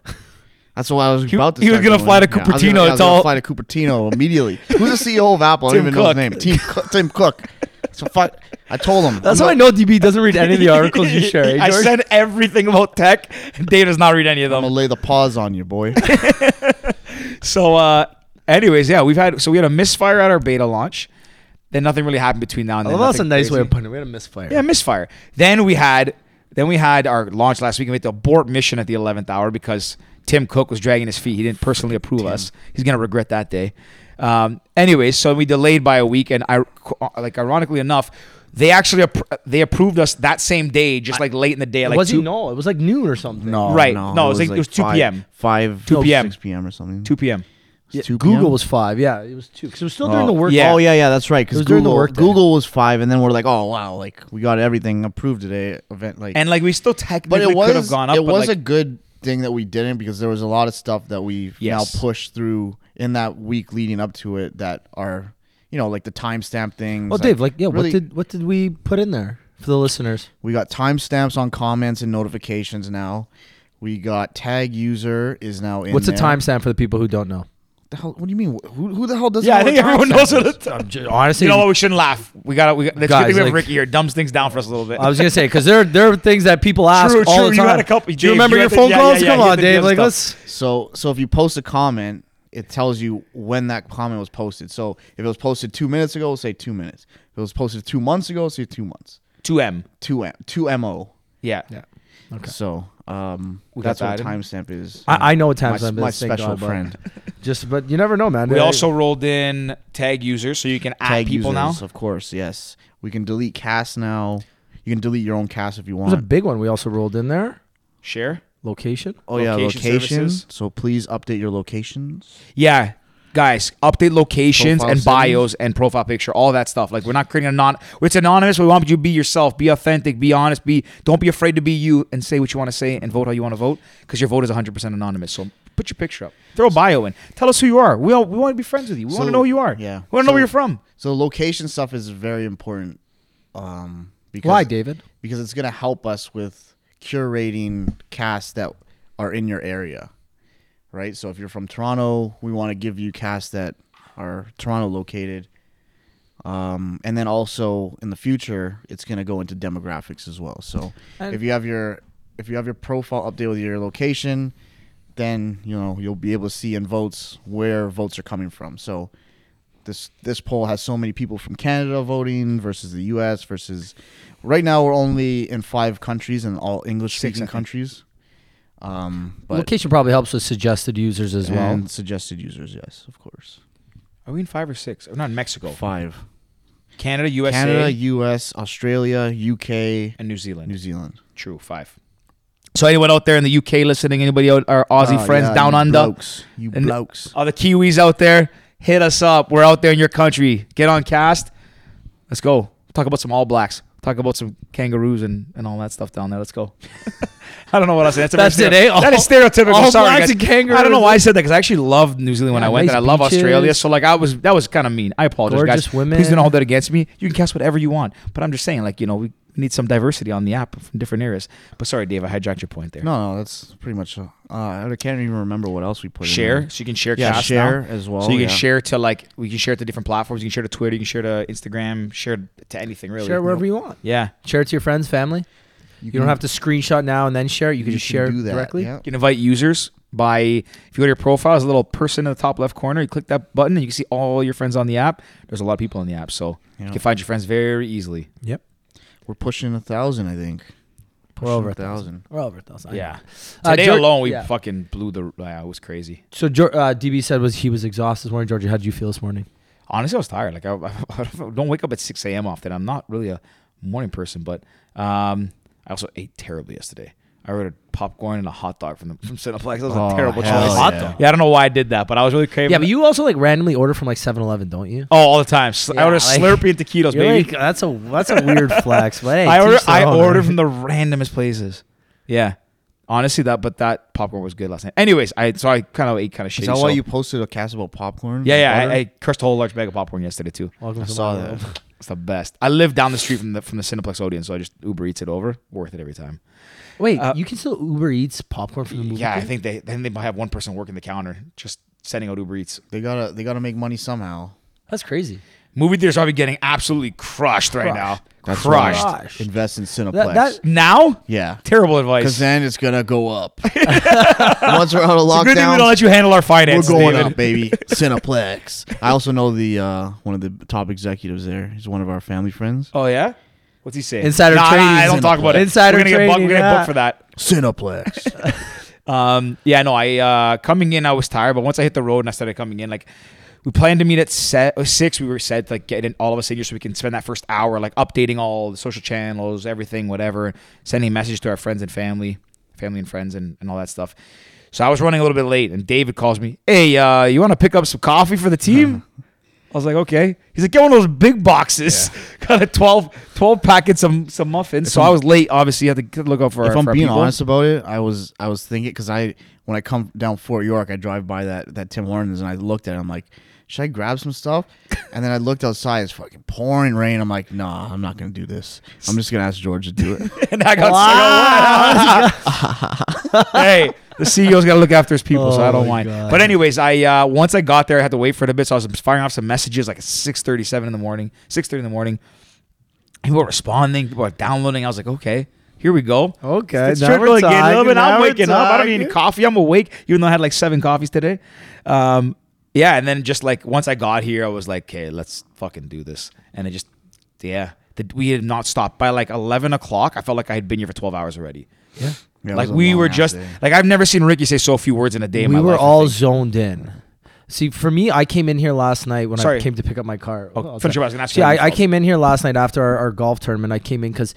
C: That's what I was about to.
A: he was
C: start
A: gonna
C: doing.
A: fly to
C: I was gonna-
A: Cupertino,
C: I was
A: it's
C: gonna
A: all-
C: fly to Cupertino immediately. Who's the CEO of Apple? I don't
A: Tim
C: even know his
A: Cook.
C: name. Tim Cook. Tim Cook. So fuck. I told him.
B: That's
C: I'm
B: how I
C: not-
B: know DB doesn't read any of the articles you share. eh,
A: (laughs) I
B: George?
A: send everything about tech, and Dave does not read any of
C: I'm
A: them.
C: gonna lay the paws on you, boy.
A: So, uh, anyways, yeah, we've had so we had a misfire at our beta launch. Then nothing really happened between now and
B: Oh,
A: then.
B: well, that's a
A: nothing
B: nice way
A: crazy.
B: of putting it. We had a misfire.
A: Yeah, misfire. Then we had then we had our launch last week and we had to abort mission at the eleventh hour because Tim Cook was dragging his feet. He didn't personally approve us. He's gonna regret that day. Um, anyways, so we delayed by a week, and I like ironically enough, they actually appro- they approved us that same day, just like late in the day, like
B: was
A: two,
B: he? No, it was like noon or something.
C: No,
A: Right.
C: No,
A: No, it was like- it was 2
C: five-
A: PM.
C: Five,
A: 2 PM.
C: six p.m. or something.
A: two p.m.
B: Yeah,
C: 2 p.m.?
B: Google was five. Yeah, it was two. Because it was still during
C: Oh,
B: the work.
A: yeah.
C: Oh yeah, yeah, that's right.
B: It
C: Because
B: was during the
C: Google,
B: workday.
C: Google was five, and then we're like, oh wow, like we got everything approved today. Event like,
A: And like we still
C: but
A: technically
C: it
A: could
C: was
A: have gone up.
C: it
A: but,
C: was
A: like,
C: a good thing that we didn't because there was a lot of stuff that we
A: Yes.
C: now pushed through in that week leading up to it that are you know like the timestamp things.
B: Well, Oh, Dave, like, yeah,
C: really-
B: what did what did we put in there for the listeners?
C: we got timestamps on comments and notifications now. We got tag user is now in.
B: What's
C: there.
B: a timestamp for the people who don't know?
C: The hell, what do you mean? Who, who the hell
A: (laughs)
C: doesn't?
A: yeah, I
C: know (laughs)
A: think
C: what a
A: everyone
C: timestamp
A: knows
C: is?
A: what it's.
B: Honestly,
A: You know what? We shouldn't laugh. We got to We got. That's
B: Guys,
A: good thing we have
B: like-
A: Ricky here. Dumbs things down for us a little bit.
B: I was gonna say because there there are things that people ask
A: True,
B: all
A: true,
B: the
A: you
B: time.
A: had a couple-
B: Do you
A: Dave,
B: remember
A: you
B: your
A: had the-
B: phone
A: yeah,
B: calls?
A: yeah,
B: Come
A: yeah, you
B: on,
A: had the- you
B: Dave.
A: had
B: Like,
A: the
B: let's.
C: So so if you post a comment, it tells you when that comment was posted. So if it was posted two minutes ago, it'll say two minutes. If it was posted two months ago, it'll say two months.
A: Two M.
C: Two M two M O.
A: Yeah.
C: So um,
A: We got
C: that's what
A: that
C: a
A: in.
C: timestamp is.
B: I, I know what
C: my,
B: timestamp is.
C: my
B: thank
C: special
B: God, but-
C: friend.
B: (laughs) Just but you never know, man.
A: We
B: They-
A: also rolled in tag users, so you can add
C: Tag
A: people
C: users,
A: now.
C: of course. Yes, we can delete cast now. You can delete your own cast if you
B: there's a
C: want.
B: big one we also rolled in there.
A: Share.
B: Location.
C: Oh yeah,
A: location
C: location.
A: services.
C: So please update your locations.
A: Yeah. Guys, update locations
C: Profile
A: and
C: settings.
A: bios and profile picture, all that stuff. Like we're not creating a non it's anonymous. We want you to be yourself, be authentic, be honest, be don't be afraid to be you and say what you want to say and vote how you want to vote because your vote is 100% anonymous. So put your picture up. Throw a bio in. Tell us who you are. We all, we want to be friends with you. We want
C: So-
A: to know who you are.
C: yeah.
A: We want to know
C: So-
A: where you're from.
C: So location stuff is very important. Um, because
B: Why, David?
C: because it's going to help us with curating casts that are in your area, right? So if you're from Toronto, we want to give you casts that are Toronto located. Um, and then also in the future, it's going to go into demographics as well. So
B: And-
C: if you have your if you have your profile updated with your location, then you know you'll be able to see in votes where votes are coming from. So this this poll has so many people from Canada voting versus the U.S. versus right now we're only in five countries and all English speaking countries. Um, but
B: Location probably helps with suggested users as well.
C: and suggested users, yes, of course.
A: Are we in five or six? We're not in Mexico.
C: Five:
A: Canada, USA,
C: Canada, U.S., Australia, U.K.,
A: and New Zealand.
C: New Zealand.
A: True, five. So anyone out there in the UK listening, anybody out our Aussie
C: Oh,
A: friends
C: yeah,
A: down
C: you
A: under,
C: blokes. you
A: And-
C: blokes.
A: all the Kiwis out there, hit us up. We're out there in your country. Get on cast. Let's go. Talk about some All Blacks. Talk about some kangaroos and, and all that stuff down there. Let's go. (laughs) I don't know what I said.
B: That's it, eh?
A: that is stereotypical.
B: All
A: Sorry,
B: Blacks
A: guys.
B: and kangaroos. eh?
A: I don't know why I said that because I actually loved New Zealand when
B: Yeah,
A: I went.
B: nice
A: and I love Australia.
B: beaches.
A: So like I was that was kind of mean. I apologize,
B: Gorgeous
A: guys.
B: women.
A: Please don't hold that against me. You can cast whatever you want, but I'm just saying, like you know, we need some diversity on the app from different areas. But sorry, Dave, I hijacked your point there.
C: No, no, that's pretty much. Uh, I can't even remember what else we put. in
A: share
C: there.
A: so you can share
C: Yeah,
A: cast
C: share
A: now.
C: as well,
A: so you can
B: Oh,
C: yeah.
A: share to like we can share to different platforms you can share to twitter you can share to instagram share to anything really
B: Share wherever you want.
A: yeah
B: Share it to your friends, family. You, don't have to screenshot now and then share it. You can just share
C: Mm. do
B: it
C: that,
B: directly.
C: yeah.
A: you can invite users by if you go to your profile there's a little person in the top left corner you click that button and you can see all your friends on the app there's a lot of people on the app so
C: Yeah.
A: you can find your friends very easily
B: Yep.
C: We're pushing a thousand, I think.
B: We're over a
C: thousand.
B: We're over a thousand.
A: yeah
B: Uh,
A: today
B: Geor-
A: alone we
B: yeah.
A: fucking blew the yeah, it was crazy
B: So Geor- uh, DB said was he was exhausted this morning. Georgie, how did you feel this morning?
A: honestly i was tired like i, (laughs) I don't wake up at 6 a.m often i'm not really a morning person but um i also ate terribly yesterday i ordered popcorn and a hot dog from the from cineplex that was a
C: Oh,
A: terrible choice
C: hell
B: Hot
C: yeah.
B: dog.
A: yeah i don't know why i did that but i was really craving
B: Yeah, but you also like randomly order from like 7-Eleven, don't you?
A: oh all the time Sl-
B: Yeah,
A: i order
B: like-
A: slurpee and taquitos
B: You're
A: baby
B: like, that's a that's a weird
A: (laughs)
B: flex. But hey,
A: i
B: teach
A: order
B: their
A: i
B: own,
A: order
B: right?
A: from the randomest places yeah honestly that but that popcorn was good last night anyways i so i kind of ate kind of shit
C: Is that why you posted a cast about popcorn?
A: yeah yeah
C: Butter?
A: I, I cursed a whole large bag of popcorn yesterday too
B: Welcome
C: I
B: to my
C: saw
B: world.
C: that.
A: (laughs) It's the best. I live down the street from the from the Cineplex Odeon, so I just Uber Eats it over. Worth it every time.
B: (laughs) Wait,
A: Uh,
B: you can still Uber Eats popcorn from the movie?
A: Yeah, I
B: theater?
A: think they then they might have one person working the counter, just sending out Uber Eats.
C: They gotta they gotta make money somehow.
B: that's crazy.
A: Movie theaters are getting absolutely crushed right now.
C: That's why
A: crushed.
B: right. Crushed.
C: Invest in Cineplex.
B: That, that
A: Now,
C: yeah.
A: terrible
C: Because
A: advice.
C: then it's gonna go
A: (laughs)
C: up. (laughs) Once we're out of
A: Good thing we don't
C: lockdown,
A: let you handle our
C: we're
A: finances.
C: going
A: David.
C: up,
A: (laughs)
C: baby. Cineplex. I also know the uh, one of the top executives there. He's one of our family friends.
A: Oh yeah. What's he saying?
B: Insider
A: nah,
B: trading.
A: Nah, I don't talk about it.
B: Insider
A: we're gonna Get
B: trading,
A: booked, we're gonna
B: yeah.
A: book for that.
C: Cineplex.
A: Um, yeah, no, I uh, coming in, I was tired, but once I hit the road and I started coming in, like we planned to meet at set or six. We were set to, like getting all of us in here so we can spend that first hour like updating all the social channels, everything, whatever, sending messages to our friends and family, family and friends, and, and all that stuff. So I was running a little bit late, and David calls me. Hey, uh, you want to pick up some coffee for the team?
C: (laughs)
A: I was like, okay. He's like, get one of those big boxes. (laughs) Got a 12, 12 packets of some muffins. so I was late. Obviously, you have to look out for.
C: if
A: our,
C: I'm
A: for our
C: being
A: people.
C: honest about it, I was I was thinking because I when I come down Fort York, I drive by that that Tim Hortons and I looked at it. I'm like, should I grab
A: (laughs)
C: some stuff? And then I looked outside. It's fucking pouring rain. I'm like, nah, I'm not gonna do this. I'm just gonna ask George
A: (laughs)
C: to do it.
A: and I got stuck on one. (laughs) hey, the CEO's got to look after his people, so
B: Oh
A: I don't
B: my
A: mind.
B: God.
A: But anyways, I uh, once I got there, I had to wait for it a bit, so I was firing off some messages like at six thirty-seven in the morning, six thirty in the morning. People were responding, people were downloading. I was like, okay, here we go.
B: Okay,
A: it's
B: now
A: trickling
B: we're
A: in a little
B: talking,
A: bit.
B: now
A: I'm
B: we're
A: waking up. I don't need
B: talking.
A: coffee. I'm awake, even though I had like seven coffees today. Um, yeah, and then just like once I got here, I was like, okay, let's fucking do this. And it just, yeah, the, we had not stopped by like eleven o'clock. I felt like I had been here for twelve hours already.
B: yeah.
C: Yeah, it
A: like
C: was a
A: we
C: long
A: were
C: ass
A: just
C: day.
A: like I've never seen Ricky say so few words in a day. in
B: we
A: my
B: were
A: life, I
B: all
A: think.
B: zoned in. See, for me, I came in here last night when I
A: Sorry.
B: came to pick up my car.
A: Oh,
B: Well,
A: finish
B: okay.
A: your basket.
B: See, I, I came in here last night after our, our golf tournament. I came in because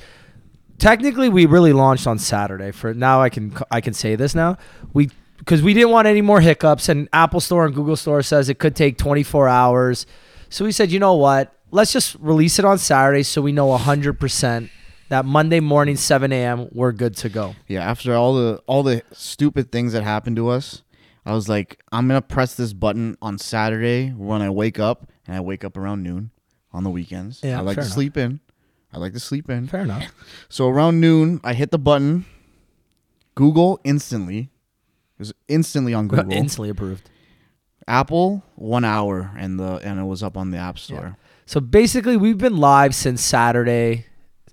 B: technically we really launched on Saturday. For now, I can I can say this now. We because we didn't want any more hiccups, and Apple Store and Google Store says it could take 24 hours. So we said, you know what? Let's just release it on Saturday so we know 100 percent that Monday morning 7 a.m. we're good to go.
C: Yeah, after all the all the stupid things that happened to us, I was like, I'm gonna press this button on Saturday when I wake up, and I wake up around noon on the weekends.
B: Yeah,
C: I like to
B: fair enough.
C: sleep in. I like to sleep in.
B: Fair enough.
C: So around noon, I hit the button. Google instantly. It was instantly
B: (laughs)
C: on Google.
B: Instantly approved.
C: Apple one hour, and the and it was up on the App Store.
B: So basically, we've been live since Saturday,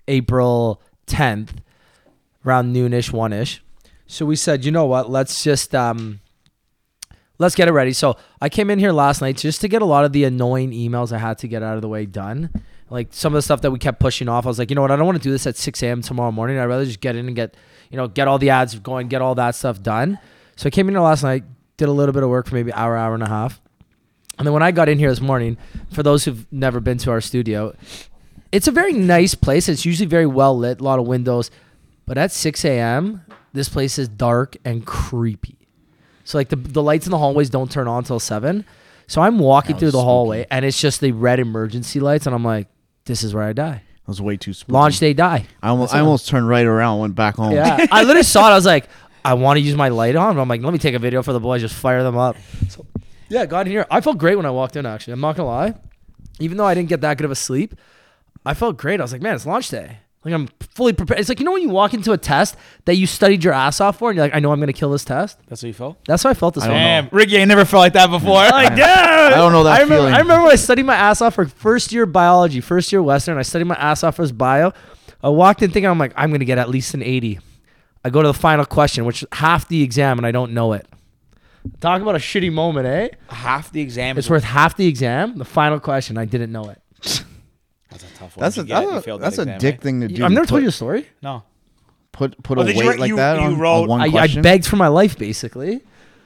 B: April 10th, around noonish, one ish. So we said, you know what? Let's just um, let's get it ready. So I came in here last night just to get a lot of the annoying emails I had to get out of the way done. Like some of the stuff that we kept pushing off. I was like, you know what? I don't want to do this at 6 a.m. tomorrow morning. I'd rather just get in and get, you know, get all the ads going, get all that stuff done. So I came in here last night, did a little bit of work for maybe hour, hour and a half. And then when I got in here this morning, for those who've never been to our studio, it's a very nice place. It's usually very well lit, a lot of windows. But at 6 a.m., this place is dark and creepy. So like the the lights in the hallways don't turn on till seven. So I'm walking
C: That
B: through
C: was
B: the
C: spooky.
B: hallway and it's just the red emergency lights, and I'm like, this is where I die.
C: It was way too spooky.
B: Launch day die.
C: I almost
B: That's
C: I
B: it.
C: almost turned right around, went back home.
B: Yeah, I literally saw it. I was like, I want to use my light on. But I'm like, let me take a video for the boys, just fire them up. So, yeah, got in here. I felt great when I walked in. Actually, I'm not gonna lie. Even though I didn't get that good of a sleep, I felt great. I was like, man, it's launch day. Like I'm fully prepared. It's like you know when you walk into a test that you studied your ass off for, and you're like, I know I'm gonna kill this test.
A: That's how you felt.
B: That's how I felt this
C: (laughs) I
B: morning.
C: don't know.
A: Damn, Ricky ain't never felt like that before. like, damn.
C: (laughs) I don't know that
B: I remember,
C: feeling.
B: I remember when I studied my ass off for first year biology, first year Western. I studied my ass off for bio. I walked in thinking, I'm like, I'm going to get at least an 80. I go to the final question, which is half the exam, and I don't know it. Talk about a shitty moment, eh?
A: Half the exam
B: It's
A: is
B: worth half the exam, the final question. I didn't know it.
A: That's a tough one.
C: That's a
A: You get it, you
C: that's a,
A: failed that
C: that's a
A: exam,
C: dick
A: right?
C: thing to do.
B: I've never
C: put,
B: told you a story.
A: No.
C: put put
A: Oh,
C: a
A: did you
C: weight
A: write-
C: like
A: you-
C: that
A: you
C: on, on
A: wrote-
C: one
B: I, I
C: question.
B: begged for my life, basically.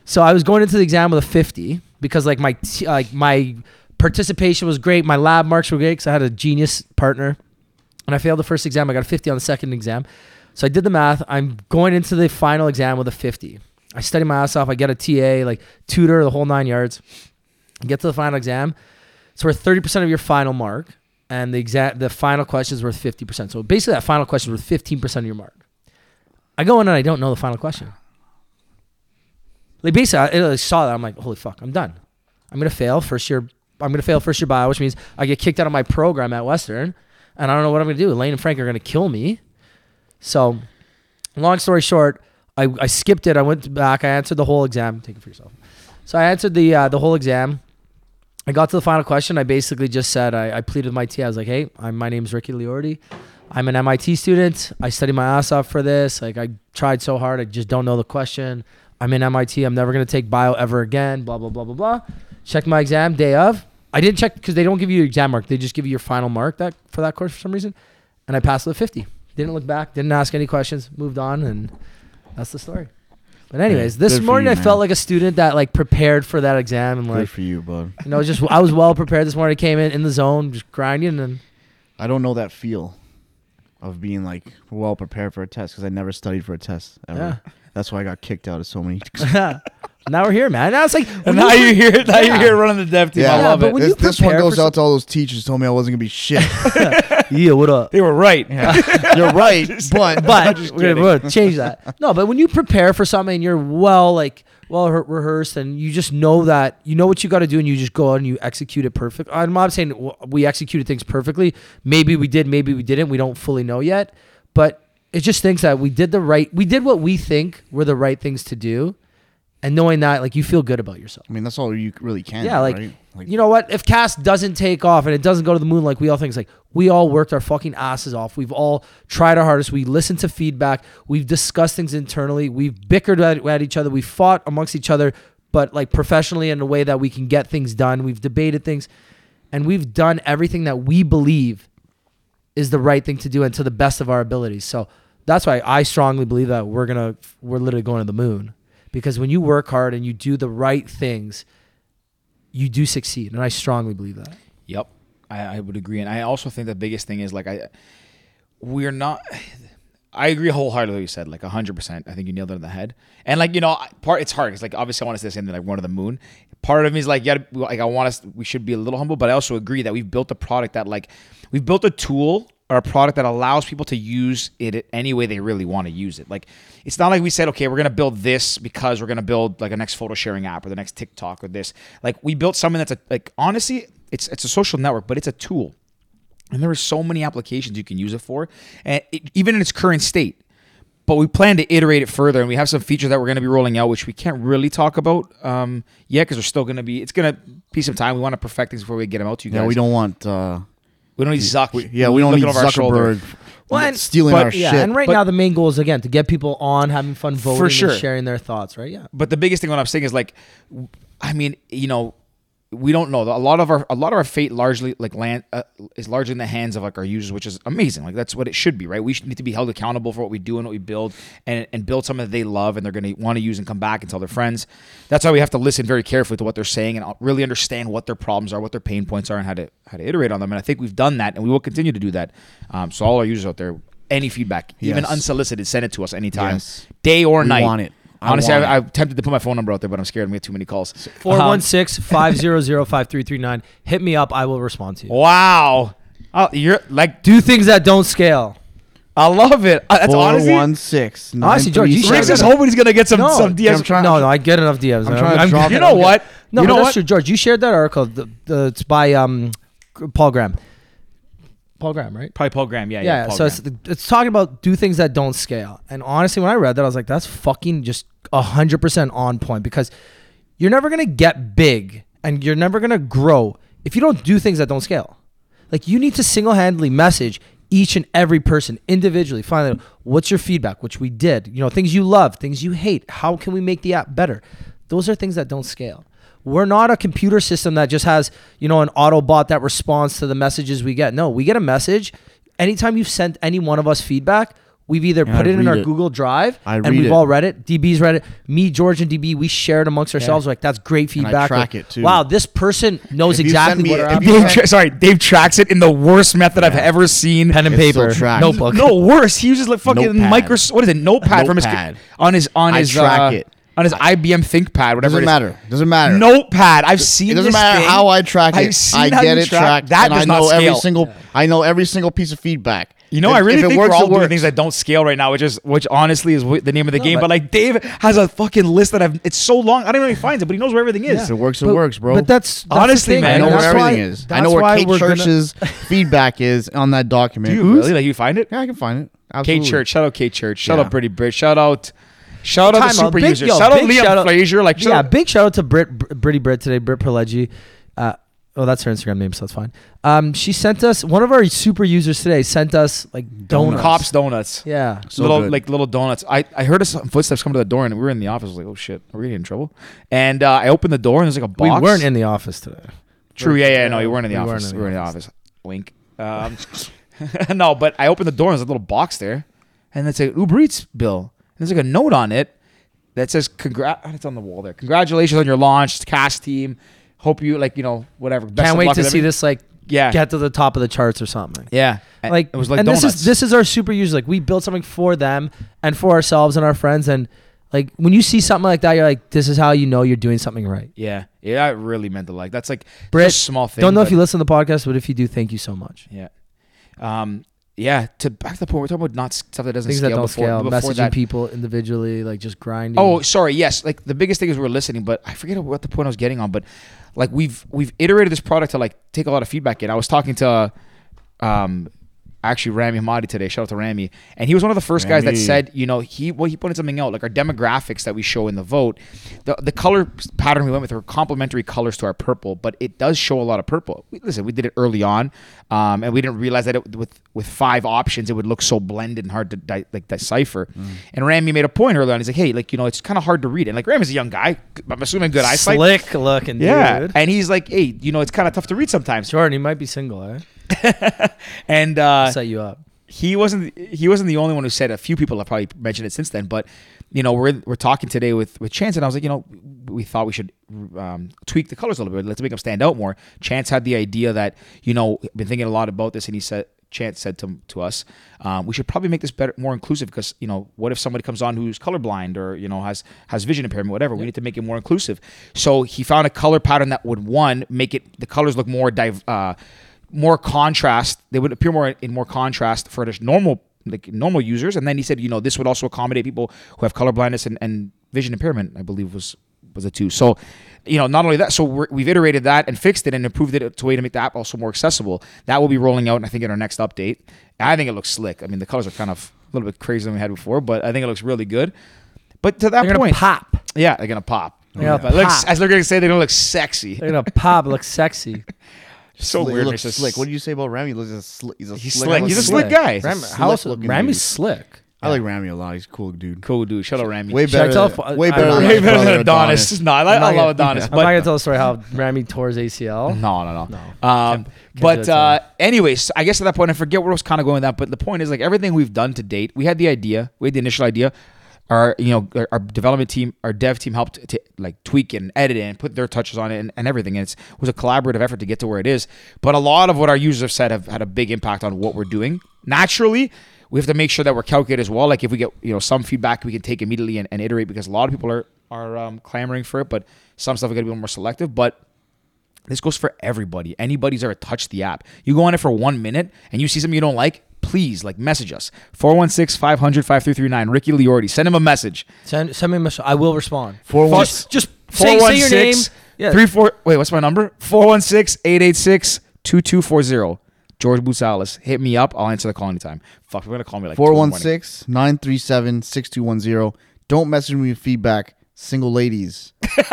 B: So I was going into the exam with a 50 because like my t- like my participation was great, my lab marks were great because I had a genius partner. and I failed the first exam. I got a 50 on the second exam. So I did the math. I'm going into the final exam with a 50. I study my ass off. I get a TA, like tutor, the whole nine yards. Get to the final exam. It's worth 30% of your final mark. And the exact the final question is worth 50%. So basically that final question is worth 15% of your mark. I go in and I don't know the final question. Like basically I, I saw that. I'm like, holy fuck, I'm done. I'm gonna fail first year. I'm gonna fail first year bio, which means I get kicked out of my program at Western, and I don't know what I'm gonna do. Lane and Frank are gonna kill me. So, long story short, I, I skipped it. I went back. I answered the whole exam. Take it for yourself. So I answered the uh, the whole exam. I got to the final question. I basically just said I, I pleaded my tea. I was like, "Hey, I'm, my name's Ricky Liordi. I'm an MIT student. I studied my ass off for this. Like, I tried so hard. I just don't know the question. I'm in MIT. I'm never gonna take bio ever again. Blah blah blah blah blah. Checked my exam day of. I didn't check because they don't give you your exam mark. They just give you your final mark that for that course for some reason. And I passed with a 50. Didn't look back. Didn't ask any questions. Moved on, and that's the story. But anyways,
C: Hey,
B: this
C: good for
B: morning
C: you,
B: I
C: man.
B: felt like a student that like prepared for that exam and
C: Good
B: like
C: for you, bud.
B: you know, just I was well prepared this morning. I came in in the zone, just grinding, and
C: I don't know that feel of being like well prepared for a test because I never studied for a test ever. That's why I got kicked out of so many.
B: now we're here, man. Now it's like,
A: And (laughs) now you're here. Now
B: Yeah.
A: you're here running the dev team. I
B: Yeah,
A: love
B: but
A: it.
B: when
C: This,
B: you
C: this one
B: prepare
C: goes
B: for
C: out to all those teachers who told me I wasn't gonna be shit.
B: yeah, what up?
A: They were right.
C: You're right, but
A: (laughs)
B: But
A: Just
B: we're gonna,
A: kidding.
B: we're gonna change that. No, but when you prepare for something, and you're well, like well re- rehearsed, and you just know that you know what you got to do, and you just go out and you execute it perfect. I'm not saying w- we executed things perfectly. Maybe we did, maybe we didn't. We don't fully know yet, but it just thinks that we did the right. We did what we think were the right things to do, and knowing that, like you feel good about yourself.
C: I mean that's all you really can.
B: Yeah, like,
C: right?
B: you know what? If Cast doesn't take off and it doesn't go to the moon like we all think, it's like we all worked our fucking asses off. We've all tried our hardest. We listened to feedback. We've discussed things internally. We've bickered at, at each other. We fought amongst each other, but like professionally in a way that we can get things done. We've debated things and we've done everything that we believe is the right thing to do and to the best of our abilities. So that's why I strongly believe that we're gonna we're literally going to the moon because when you work hard and you do the right things, you do succeed, and I strongly believe that.
A: Yep, I, I would agree, and I also think the biggest thing is like I, we're not. I agree wholeheartedly. With what you said like hundred percent. I think you nailed it on the head. And like you know, I- part it's hard. It's like obviously I want to say the same thing. Like one of the moon. Part of me is like yeah, like I want us. We should be a little humble, but I also agree that we've built a product that like we've built a tool or a product that allows people to use it any way they really want to use it. Like it's not like we said, okay, we're gonna build this because we're gonna build like a next photo sharing app or the next TikTok or this. Like we built something that's a like honestly, it's it's a social network, but it's a tool. And there are so many applications you can use it for, and it, even in its current state. But we plan to iterate it further, and we have some features that we're going to be rolling out, which we can't really talk about um, yet because we're still going to be. It's going to be some time. We want to perfect things before we get them out to you
C: Yeah,
A: guys.
C: we don't want. Uh,
A: We don't need Zuck.
C: we, yeah, we don't need
A: looking over our shoulder.
C: Zuckerberg stealing
B: but-
C: our
B: yeah,
C: shit.
B: And right
A: But-
B: now, the main goal is again to get people on, having fun voting,
A: sure.
B: and sharing their thoughts. (laughs) Right? Yeah.
A: but the biggest thing what I'm saying is like, w- I mean, you know, we don't know. A lot of our a lot of our fate largely like land uh, is largely in the hands of like our users, which is amazing. Like that's what it should be, right? We should need to be held accountable for what we do and what we build, and and build something that they love and they're going to want to use and come back and tell their friends. That's why we have to listen very carefully to what they're saying and uh, really understand what their problems are, what their pain points are, and how to how to iterate on them. And I think we've done that, and we will continue to do that. Um, so all our users out there, any feedback, even
C: Yes.
A: unsolicited, send it to us anytime,
C: Yes.
A: day or
C: We
A: night.
C: want it. I
A: Honestly,
C: want
A: I,
C: it.
A: I'm tempted to put my phone number out there, but I'm scared I'm gonna get too many calls.
B: Uh-huh.
A: Uh-huh.
B: 416 500 5339. Hit me up. I will respond to you.
A: Wow. Oh, you're like, dude,
B: (laughs) Do things that don't scale.
A: I love it. Uh, That's
C: Four
A: honestly.
C: one six.
B: Honestly, George, you should
A: Rick's
B: have
A: just hoping he's gonna get some
B: No,
A: some
B: yeah,
A: DMs.
C: I'm trying-
B: no, no, I get enough DMs.
C: I'm trying to drop
A: you
C: it.
A: know
C: I'm
A: what?
B: No,
A: you
B: but
A: know
B: that's
A: what?
B: true. George, you shared that article. The, the, it's by um, Paul Graham. Paul Graham, right?
A: Probably Paul Graham. Yeah,
B: yeah,
A: yeah. Paul
B: so
A: Graham.
B: it's it's talking about do things that don't scale and honestly when i read that i was like that's fucking just 100% on point because you're never gonna get big and you're never gonna grow if you don't do things that don't scale like you need to single-handedly message each and every person individually find out what's your feedback which we did you know things you love things you hate how can we make the app better those are things that don't scale we're not a computer system that just has you know an autobot that responds to the messages we get no we get a message anytime you've sent any one of us feedback we've either
C: And
B: put
C: I
B: it in
C: read
B: our
C: it.
B: google drive
C: I
B: and
C: read
B: we've
C: it.
B: all read it db's read it me george and db we shared amongst ourselves like that's great
C: I
B: feedback
C: track
B: Like,
C: it, too.
B: wow this person knows
C: If you send
B: exactly
C: me-
B: what our
C: if
B: app
C: you
B: is.
C: send-
A: Dave tra- sorry, Dave tracks it in the worst method I've ever seen.
B: pen and
C: It's still
B: paper
C: tracked.
B: notebook
A: No, worse. He uses like fucking
C: Notepad.
A: Microsoft. What is it? Notepad, from his
C: Notepad.
A: on his on
C: I
A: his
C: track
A: uh,
C: it.
A: on his IBM ThinkPad. Whatever.
C: Doesn't
A: it is.
C: matter. Doesn't matter.
A: Notepad. I've seen.
C: It doesn't
A: this
C: matter
A: thing.
C: how I track
A: I've
C: it.
A: seen
C: I
A: how
C: get
A: you
C: it
A: track-
C: tracked.
A: That
C: and
A: does
C: I
A: not
C: know
A: scale.
C: every single. I know every single piece of feedback.
A: You know,
C: If-
A: I really
C: if it
A: think
C: works,
A: we're
C: it
A: all doing
C: works.
A: things that don't scale right now, which is which honestly is wh- the name of the game.
B: but-
A: But, like Dave has a fucking list that I've it's so long. I don't even find it, but he knows where everything is.
C: If it works, it works, bro.
B: but that's, that's the
A: Honestly,
B: thing,
A: man,
C: I know
B: and
C: where
B: that's
C: everything
B: why-
C: is. I
B: that's
C: know
B: why
C: where Kate
B: we're gonna-
C: Church's feedback is on that
A: Do
C: document.
A: you really like you find it?
C: Yeah, I can find it.
A: Kate
C: Absolutely.
A: Church, shout out Kate Church, shout
C: Yeah.
A: out Pretty Brit, shout out, shout out the
B: Time out.
A: super
B: Big-
A: user,
B: yo,
A: shout out
B: big
A: Liam
B: shout out-
A: Frazier, like shout
B: yeah,
A: out-
B: big shout out to Brit, Br- Britty Brit today, Brit Perleggi. Uh, well, that's her Instagram name, so that's fine. Um, she sent us one of our super users today sent us like donuts.
A: Cops Donuts,
B: Yeah.
C: So
A: little
C: good.
A: like little donuts. I I heard some footsteps come to the door, and we were in the office. I was like, oh shit, are we getting in trouble? And uh, I opened the door, and there's like a box.
B: We weren't in the office today.
A: True. Yeah. Yeah. No, you weren't in the
B: uh, We
A: office. We were in the office. Wink. Um, (laughs) no, but I opened the door and there's a little box there, and it's a Uber Eats bill. And there's like a note on it that says, "Congrat." It's on the wall there. Congratulations on your launch, cast team. Hope you like you know whatever. Best
B: Can't
A: of
B: wait
A: luck
B: to
A: with
B: see
A: everything."
B: this like
A: Yeah.
B: get to the top of the charts or something.
A: yeah. And
B: like
A: it was like
B: and
A: donuts.
B: this is this is our super user like we built something for them and for ourselves and our friends and like when you see something like that you're like this is how you know you're doing something right
A: yeah. Yeah. I really meant to like. That's like
B: Britt,
A: just small thing.
B: don't know if
A: but-
B: you listen to the podcast but if you do thank you so much
A: Yeah. Um. Yeah. To back to the point, we're talking about not s- stuff that doesn't
B: things
A: scale
B: that don't
A: before,
B: scale
A: before
B: messaging
A: that.
B: people individually like just grinding
A: Oh, sorry. Yes, like the biggest thing is we're listening, but I forget what the point I was getting on. But like we've we've iterated this product to like take a lot of feedback in. I was talking to, um, actually Rami Hamadi today. Shout out to Rami, and he was one of the first guys that
C: Rami.
A: said, you know, he well he pointed something out like our demographics that we show in the vote, the the color pattern we went with were complementary colors to our purple, but it does show a lot of purple. We, listen, we did it early on, um, and we didn't realize that it, with with five options it would look so blended and hard to di- like decipher.
B: Mm.
A: And Rami made a point early on. He's like, hey, like you know, it's kind of hard to read. And like Rami's a young guy, I'm assuming good eyesight.
B: slick looking
A: Yeah,
B: dude
A: and he's like, hey, you know, it's kind of tough to read sometimes.
B: jordan you might be single eh?
A: And uh,
B: set you up
A: he wasn't he wasn't the only one who said. A few people have probably mentioned it since then. But you know, we're we're talking today with with Chance, and I was like, you know, we thought we should um, tweak the colors a little bit. Let's make them stand out more. Chance had the idea that you know been thinking a lot about this, and he said. Chance said to, to us, um, we should probably make this better, more inclusive because you know, what if somebody comes on who's colorblind or you know has has vision impairment, whatever? We need to make it more inclusive. So he found a color pattern that would one make it the colors look more div- uh, more contrast. They would appear more in more contrast for just normal like normal users. And then he said, you know, this would also accommodate people who have color blindness and, and vision impairment. I believe was was the two. So, you know, not only that, so we're, we've iterated that and fixed it and improved it to a way to make the app also more accessible. That will be rolling out, I think, in our next update. I think it looks slick. I mean, the colors are kind of a little bit crazy than we had before, but I think it looks really good. But to that
B: They're gonna
A: point,
B: pop.
A: yeah, they're gonna pop.
B: They're gonna
A: But it looks-
B: pop.
A: as they're gonna say, they're gonna look sexy.
B: They're gonna pop. Look sexy.
A: So
C: Sli-
A: weird.
C: Looks
A: It's just-
C: slick. What did you say about Ramy? He looks a sli- he's a
A: He's
C: slick.
A: slick. He's a slick guy.
C: He's a
B: Ram- how else?
C: slick-looking
B: Ramy's
C: dude.
B: slick.
C: I like Ramy a lot. He's a cool dude.
A: Cool dude. Shout out Ramy.
C: Way
B: Should I
C: better.
B: tell
C: than-
B: if-
C: way
B: I-
C: better.
B: I'm
C: than
B: not
C: my
A: Way better
C: brother
A: than Adonis. No, (laughs) I, I
B: I'm not
A: love
B: gonna-
A: Adonis.
B: I'm
A: but Mm-hmm.
B: not gonna tell the story how Ramy tore his ACL.
A: No, no, no. Um,
B: do
A: but
B: that
A: uh, anyways, I guess at that point, I forget where I was kind of going with that. But the point is, like everything we've done to date, we had the idea, we had the initial idea. Our you know our, our development team, our dev team helped to like tweak and edit it and put their touches on it and, and everything. And it's, it was a collaborative effort to get to where it is. But a lot of what our users have said have had a big impact on what we're doing. Naturally, we have to make sure that we're calculated as well. Like if we get you know some feedback, we can take immediately and, and iterate because a lot of people are are um, clamoring for it. But some stuff we got to be a little more selective. But this goes for everybody. Anybody's ever touched the app. You go on it for one minute and you see something you don't like, please like message us. 416 500 5339. Ricky Liordi. Send him a message.
B: Send, send me a message. I will respond.
C: Four one-
B: Just, just say, say your name. Yeah.
A: 34 Wait, what's my number? 416 886 2240. George Busalis. Hit me up. I'll answer the call anytime. Fuck, we're going to call me like 416.
C: 416 937 6210. Don't message me with feedback. Single ladies.
B: (laughs)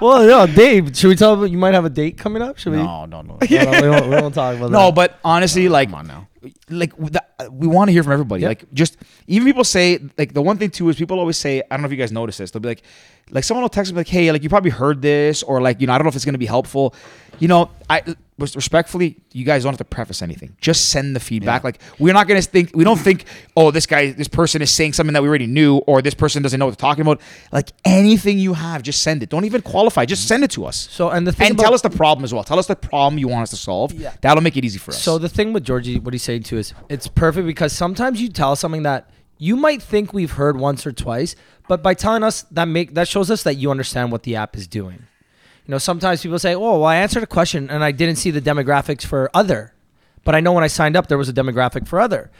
B: well, no, Dave. Should we tell them you might have a date coming up? Should we?
C: No, no,
B: No,
C: no.
B: no, (laughs) we, won't, we won't talk about
A: No,
B: that.
A: but honestly, like,
C: Come on now.
A: like w- the, we want to hear from everybody.
B: Yep.
A: Like just even people say like the one thing too is people always say I don't know if you guys notice this. They'll be like like someone will text me like hey like you probably heard this or like you know I don't know if it's gonna be helpful. You know I res- respectfully you guys don't have to preface anything. Just send the feedback. Like we're not gonna think we don't think oh this guy this person is saying something that we already knew or this person doesn't know what they're talking about. Like anything you have, just send it. Don't even qualify. Just send it to us.
B: So and the thing
A: And
B: about,
A: tell us the problem as well. Tell us the problem you want us to solve.
B: Yeah.
A: That'll make it easy for us.
B: So the thing with Georgie, what he's saying too is it's perfect because sometimes you tell us something that you might think we've heard once or twice, but by telling us that make that shows us that you understand what the app is doing. You know, sometimes people say, "Oh, well, I answered a question and I didn't see the demographics for other, but I know when I signed up there was a demographic for other."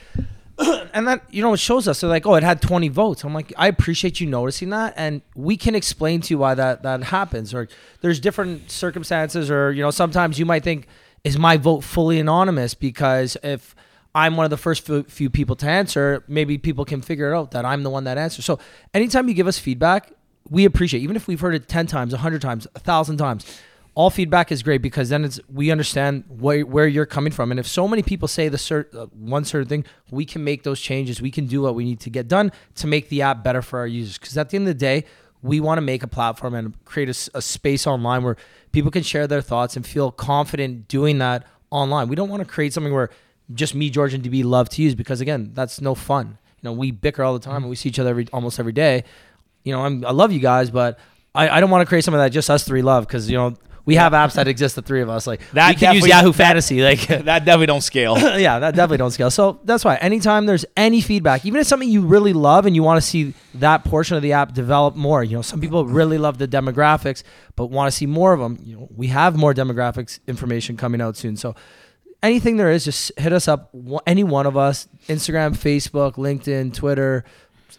B: and that you know it shows us they're like oh it had 20 votes i'm like i appreciate you noticing that and we can explain to you why that that happens or there's different circumstances or you know sometimes you might think is my vote fully anonymous because if i'm one of the first few- few people to answer maybe people can figure it out that i'm the one that answers so anytime you give us feedback we appreciate even if we've heard it 10 times 100 times 1000 times all feedback is great because then it's we understand where, where you're coming from and if so many people say the cert, uh, one certain thing we can make those changes we can do what we need to get done to make the app better for our users because at the end of the day we want to make a platform and create a s a a space online where people can share their thoughts and feel confident doing that online we don't want to create something where just me george and db love to use because again that's no fun you know we bicker all the time and we see each other every almost every day you know, I'm, I love you guys, but I, I don't want to create something that just us three love because you know we have apps that exist the three of us. Like
A: That
B: we can use
A: definitely-
B: Yahoo Fantasy.
A: (laughs)
B: Like
A: that definitely don't scale.
B: (laughs) yeah, that definitely don't scale. So that's why anytime there's any feedback, even if it's something you really love and you want to see that portion of the app develop more, you know, some people really love the demographics but want to see more of them. You know, we have more demographics information coming out soon. So anything there is, just hit us up. wh- Any one of us, Instagram, Facebook, LinkedIn, Twitter,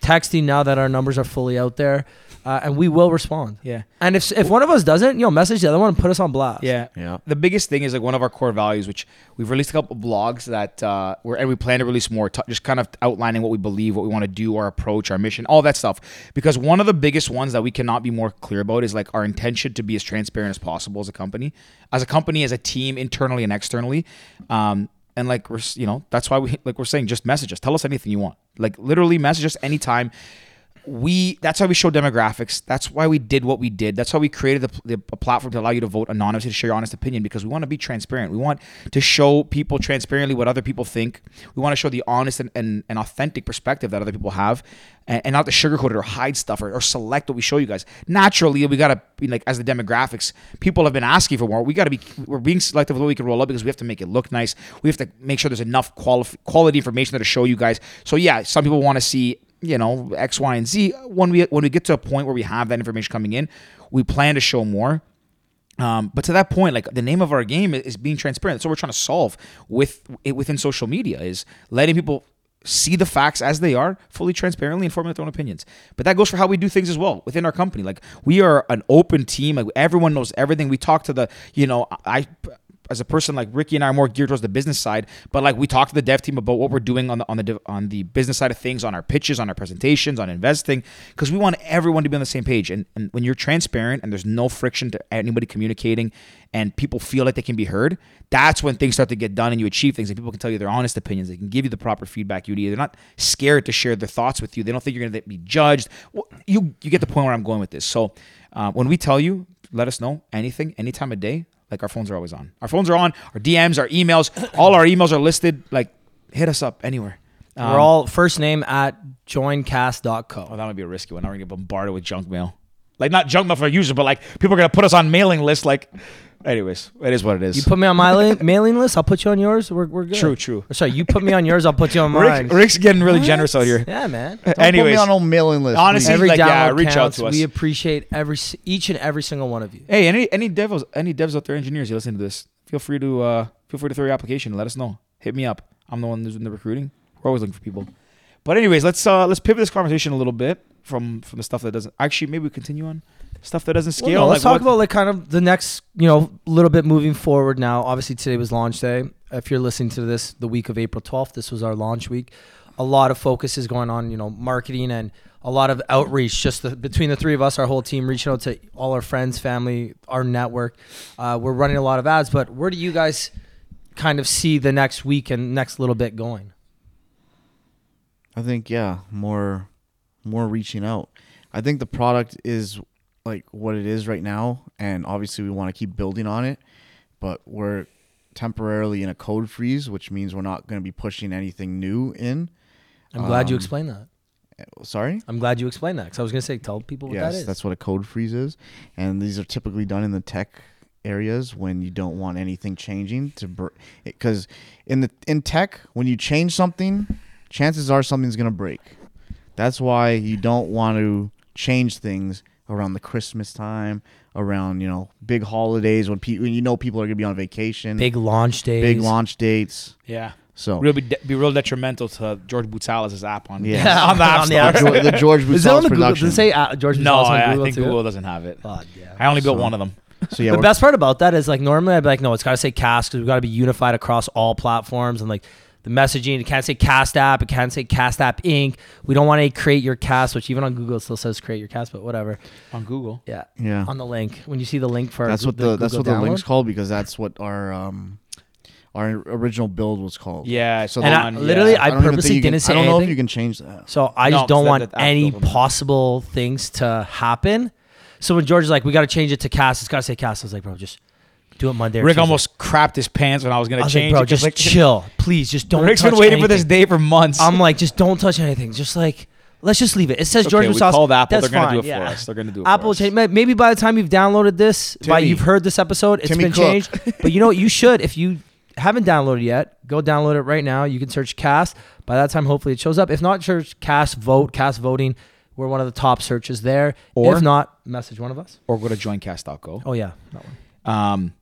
B: texting. Now that our numbers are fully out there, uh, and we will respond.
A: yeah.
B: And if if one of us doesn't, you know, message the other one and put us on blast.
A: Yeah.
C: Yeah.
A: The biggest thing is like one of our core values, which we've released a couple of blogs that uh, where and we plan to release more, t- just kind of outlining what we believe, what we want to do, our approach, our mission, all that stuff. Because one of the biggest ones that we cannot be more clear about is like our intention to be as transparent as possible as a company, as a company, as a team, internally and externally. Um, and like we're s- you know that's why we like we're saying just message us, tell us anything you want, like literally message us anytime we that's why we show demographics. That's why we did what we did. That's why we created the, the a platform to allow you to vote anonymously to share your honest opinion because we want to be transparent. We want to show people transparently what other people think. We want to show the honest and, and, and authentic perspective that other people have, and, and not the sugarcoat it or hide stuff or, or select what we show you guys. Naturally, we gotta be like as the demographics, people have been asking for more. We gotta be we're being selective with what we can roll up because we have to make it look nice. We have to make sure there's enough qualif- quality information there to show you guys. So yeah, some people want to see you know X, Y, and Z. When we when we get to a point where we have that information coming in, we plan to show more. Um, but to that point, like the name of our game is being transparent. That's what we're trying to solve with it within social media is letting people see the facts as they are, fully transparently, and form their own opinions. But that goes for how we do things as well within our company. Like we are an open team. Like everyone knows everything. We talk to the you know I as a person like Ricky and I are more geared towards the business side, but like we talk to the dev team about what we're doing on the on the dev- on the business side of things, on our pitches, on our presentations, on investing, because we want everyone to be on the same page. And, and when you're transparent and there's no friction to anybody communicating, and people feel like they can be heard, that's when things start to get done and you achieve things. And people can tell you their honest opinions. They can give you the proper feedback you need. They're not scared to share their thoughts with you. They don't think you're going to be judged. Well, you you get the point where I'm going with this. So uh, when we tell you, let us know anything, any time of day like our phones are always on. Our phones are on. Our DMs, our emails, all our emails are listed. Like, hit us up anywhere. Um,
B: We're all first name at joincast.co.
A: Oh, that might be a risky one. Now we're gonna get bombarded with junk mail. Like not junk mail for users, but like people are gonna put us on mailing lists. Like, anyways, it is what it is.
B: You put me on my li- mailing list, I'll put you on yours. We're, we're good.
A: True, true.
B: Or sorry, you put me on yours, I'll put you on
A: (laughs)
B: mine.
A: Rick, Rick's getting really generous out here.
B: Yeah, man.
C: Don't put
A: (laughs)
C: me
A: anyways,
C: on old mailing list.
A: honestly,
B: Every
A: like,
B: download
A: yeah, reach out
B: counts.
A: to us.
B: We appreciate every s- each and every single one of you.
A: hey, any any devils, any devs out there, engineers, you listen to this? Feel free to uh, feel free to throw your application. and Let us know. Hit me up. I'm the one who's in the recruiting. We're always looking for people. But anyways, let's uh, let's pivot this conversation a little bit from from the stuff that doesn't. Actually, maybe we continue on stuff that doesn't
B: Well,
A: scale.
B: no, let's
A: like
B: talk
A: what-
B: about like kind of the next, you know, little bit moving forward now. Obviously, today was launch day. If you're listening to this the week of April 12th, this was our launch week. A lot of focus is going on, you know, marketing and a lot of outreach. Just the, between the three of us, our whole team reaching out to all our friends, family, our network. Uh, we're running a lot of ads, but where do you guys kind of see the next week and next little bit going?
C: I think yeah, more more reaching out. I think the product is like what it is right now and obviously we want to keep building on it, but we're temporarily in a code freeze, which means we're not going to be pushing anything new in.
B: I'm glad you
C: Um,
B: explained that.
C: Sorry?
B: I'm glad you explained that because I was going to say, tell people what
C: yes,
B: that is.
C: that's what a code freeze is. And these are typically done in the tech areas when you don't want anything changing to because in the in tech when you change something, chances are something's going to break. That's why you don't want to change things around the Christmas time, around, you know, big holidays when people you know people are going to be on vacation,
B: big launch days.
C: big
B: (laughs)
C: launch dates.
A: yeah.
C: So
A: Real be, de- be real detrimental to George Boutalas's app on
C: Yeah.
A: on
C: (laughs)
A: the app
B: On the
A: store.
B: app store.
C: the George
B: (laughs) Is it on
C: Busalas
B: the Google? Does
C: production.
B: it say uh, (laughs) George
A: No,
B: Busalas on
A: I, I
B: Google
A: think
B: too?
A: Google doesn't have it.
B: God, yeah.
A: I only built
C: So-
A: one of them.
C: So yeah,
B: the
C: we're-
B: best part about that is like normally I'd be like, no, it's got to say cast because we've got to be unified across all platforms and like the messaging. It can't say cast app. It can't say cast app Inc. We don't want to create your cast, which even on Google it still says create your cast, but whatever.
A: On Google.
B: Yeah.
C: yeah.
B: On the link when you see the link for
C: that's
B: Goo-
C: what the, that's what
B: Google
C: the
B: download.
C: link's called because that's what our um our original build was called.
A: Yeah.
C: So
B: And
C: the
B: I,
A: on-
B: literally,
A: yeah.
B: I,
C: don't even
B: purposely
C: think you can-
B: didn't say
C: I don't know if
B: anything.
C: you can change that.
B: So I
A: No,
B: just don't
A: it's
B: want
A: that- that
B: any
A: building.
B: possible things to happen. So when George is like, we got to change it to cast, it's got to say cast. I was like, bro, just do it Monday. or
A: Rick
B: Tuesday."
A: almost crapped his pants when I was
B: I
A: gonna
B: was like,
A: change.
B: bro,
A: it 'cause, (laughs)
B: just chill, please, just don't.
A: Rick's
B: touch
A: been waiting for this (laughs)
B: anything."
A: day for months.
B: I'm like, just don't touch anything. Just like, let's just leave it. It says George
A: okay, we
B: Versace.
A: called Apple.
B: That's
A: They're gonna
B: fine.
A: do it
B: yeah.
A: for us. They're gonna do it.
B: Apple
A: for us.
B: change. may- Maybe by the time you've downloaded this, by
C: Timmy.
B: you've heard this episode, it's
C: Timmy
B: been
C: Cook.
B: changed. but you know what? You should, if you haven't downloaded yet, go download it right now. You can search Cast. By that time, hopefully, it shows up. If not, search Cast Vote, Cast Voting. We're one of the top searches there.
A: Or-
B: if not, message one of us.
A: or go to joincast.co.
B: Oh yeah, that one.
A: Um,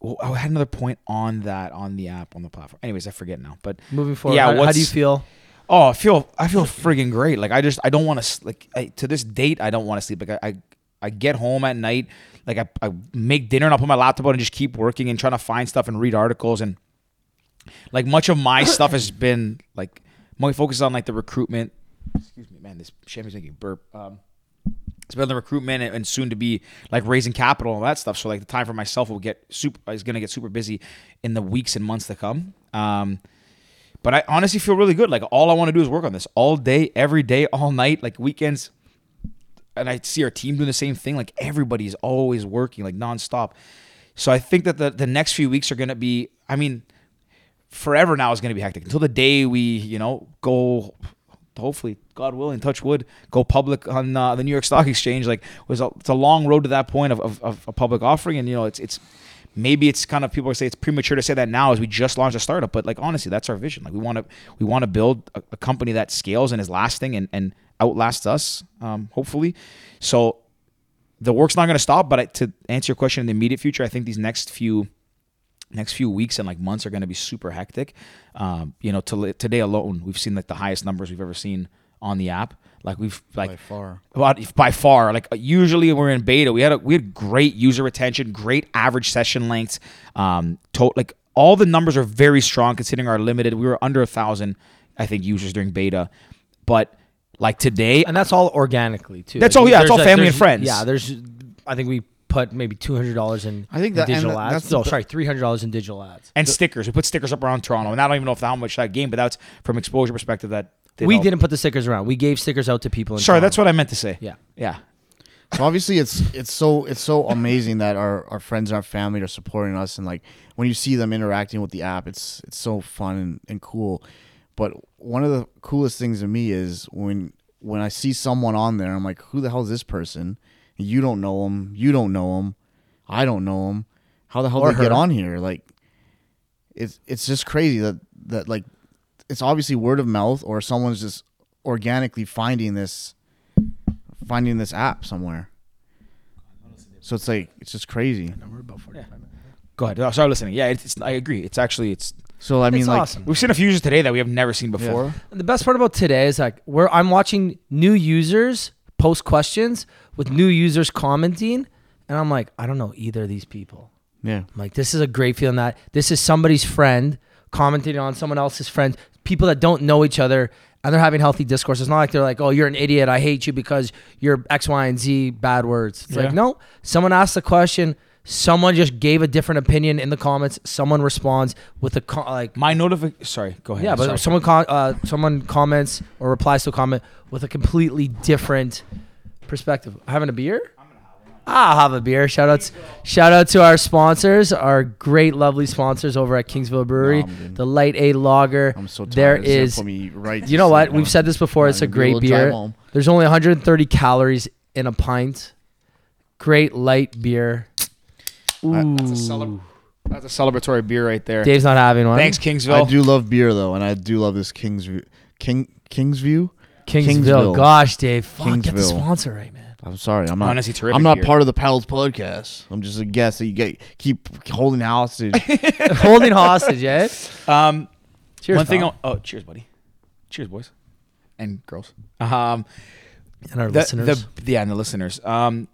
A: well, I had another point on that on the app on the platform. Anyways, I forget now. But
B: Moving forward,
A: Yeah,
B: yeah, how, how do you
A: what's-
B: feel?
A: Oh, I feel I feel friggin' great. Like I just I don't want to like I, to this date I don't want to sleep. Like I, I I get home at night, like I, I make dinner and I'll put my laptop on and just keep working and trying to find stuff and read articles and like much of my stuff has been like my focus on like the recruitment. Excuse me, man. This champagne's making me burp. Um, it's been the recruitment and, and soon to be like raising capital and all that stuff. So like the time for myself will get super is gonna get super busy in the weeks and months to come. Um, But I honestly feel really good. Like all I want to do is work on this all day, every day, all night, like weekends. And I see our team doing the same thing. Like everybody's always working, like nonstop. So I think that the, the next few weeks are gonna be. I mean, forever now is going to be hectic until the day we, you know, go hopefully, God willing, touch wood, go public on uh, the New York Stock Exchange. Like, it was a, it's a long road to that point of, of, of a public offering, and you know, it's it's maybe it's kind of people say it's premature to say that now as we just launched a startup, but like honestly, that's our vision. Like, we want to we want to build a, a company that scales and is lasting and and outlasts us, um, hopefully. So. The work's not going to stop, but I, to answer your question in the immediate future, I think these next few next few weeks and like months are going to be super hectic. Um, you know, to, today alone, we've seen like the highest numbers we've ever seen on the app. Like we've like
C: By far.
A: well, if- by far. Like usually we're in beta. We had a, we had great user retention, great average session lengths. Um, to, like all the numbers are very strong considering our limited. We were under a thousand, I think, users during beta, but like today,
B: and that's all organically too.
A: That's
B: Like,
A: all- yeah, it's
B: there's
A: all
B: a-
A: family
B: there's-
A: and friends.
B: Yeah, there's. I think we put maybe two hundred dollars in.
C: I think
B: in
C: that- and
B: digital ads.
C: that- that's
B: No,
C: the-
B: sorry, three hundred dollars in digital ads.
A: and stickers. We put stickers up around Toronto, and I don't even know if how much that game, but that's from exposure perspective that did
B: we
A: all-
B: didn't put the stickers around. We gave stickers out to people. In
A: Sorry,
B: town.
A: that's what I meant to say.
B: Yeah.
A: yeah.
C: So obviously it's it's so it's so amazing that our, our friends and our family are supporting us and like when you see them interacting with the app it's it's so fun and, and cool. But one of the coolest things to me is when when I see someone on there I'm like who the hell is this person? You don't know him, you don't know him, I don't know him. How the hell
B: Or
C: did they get
B: her.
C: on here? Like it's it's just crazy that that like it's obviously word of mouth or someone's just organically finding this finding this app somewhere. So it's like it's just crazy.
A: Go ahead. Oh, sorry, listening. Yeah, it's, it's. I agree. It's actually. It's.
C: So I mean,
B: It's
C: like
B: awesome.
A: We've seen a few users today that we have never seen before.
B: And the best part about today is like where I'm watching new users post questions with new users commenting, and I'm like, I don't know either of these people.
C: yeah,
B: I'm like, this is a great feeling that this is somebody's friend commenting on someone else's friend, people that don't know each other, and they're having healthy discourse. It's not like they're like, oh, you're an idiot. I hate you because you're X, Y, and Z, bad words. It's
A: Yeah.
B: like, no, someone asked a question. Someone just gave a different opinion in the comments. Someone responds with a co- like
A: My notification. Sorry, go ahead.
B: yeah, but
A: Sorry.
B: someone con- uh, someone comments or replies to a comment with a completely different perspective. Having a beer? I'll have a beer. Shout out, shout out to our sponsors, our great, lovely sponsors over at Kingsville Brewery,
C: Nah, I'm good.
B: the Light A Lager.
C: I'm so tired.
B: There
C: This is gonna
B: is,
C: put me right. to
B: you know
C: sleep
B: what?
C: now.
B: We've said this before.
C: Nah,
B: it's a
C: I'm gonna
B: great
C: do little drive
B: beer.
C: home.
B: There's only 130 calories in a pint. Great light beer. Ooh,
A: That's a, celeb- that's a celebratory beer right there.
B: Dave's not having one.
A: Thanks,
C: I
A: Kingsville.
C: do love beer though, and I do love this Kings King Kingsview.
B: Kingsville.
C: Kingsville.
B: Gosh, Dave, fuck, get the
C: Kingsville.
B: sponsor right, man.
C: I'm sorry, I'm not.
A: Honestly, terrific.
C: I'm not
A: beer.
C: part of the Pals podcast. I'm just a guest that you get keep
B: (laughs)
C: holding hostage.
B: holding hostage, eh?
A: Um,
B: Cheers.
A: one thing.
B: pal.
A: I'll- oh, cheers, buddy. Cheers, boys, and girls.
B: Uh-huh.
A: Um,
B: and our
A: the,
B: listeners.
A: The, yeah, and the listeners. Um,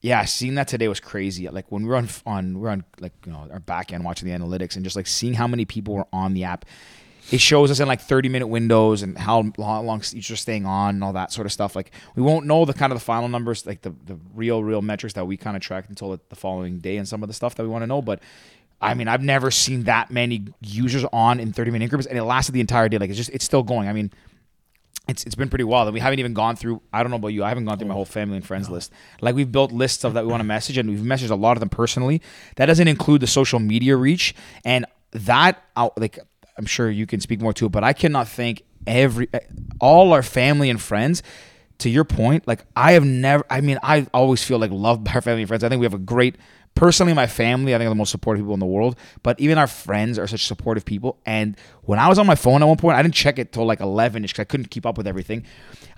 A: yeah, seeing that today was crazy. Like when we were on, on we we're on like you know our back end watching the analytics and just like seeing how many people were on the app. It shows us in like 30 minute windows and how long, long each are staying on and all that sort of stuff. Like we won't know the kind of the final numbers, like the, the real real metrics that we kind of tracked until the following day and some of the stuff that we want to know. But I mean, I've never seen that many users on in 30 minute increments, and it lasted the entire day. Like it's just it's still going. I mean, it's it's been pretty wild and we haven't even gone through i don't know about you i haven't gone through my whole family and friends list like we've built lists of that we want to message and we've messaged a lot of them personally that doesn't include the social media reach and that out like i'm sure you can speak more to it but i cannot thank every eh, all our family and friends to your point like i have never i mean i always feel like loved by our family and friends i think we have a great personally my family i think are the most supportive people in the world but even our friends are such supportive people and when i was on my phone at one point i didn't check it till like 11 because i couldn't keep up with everything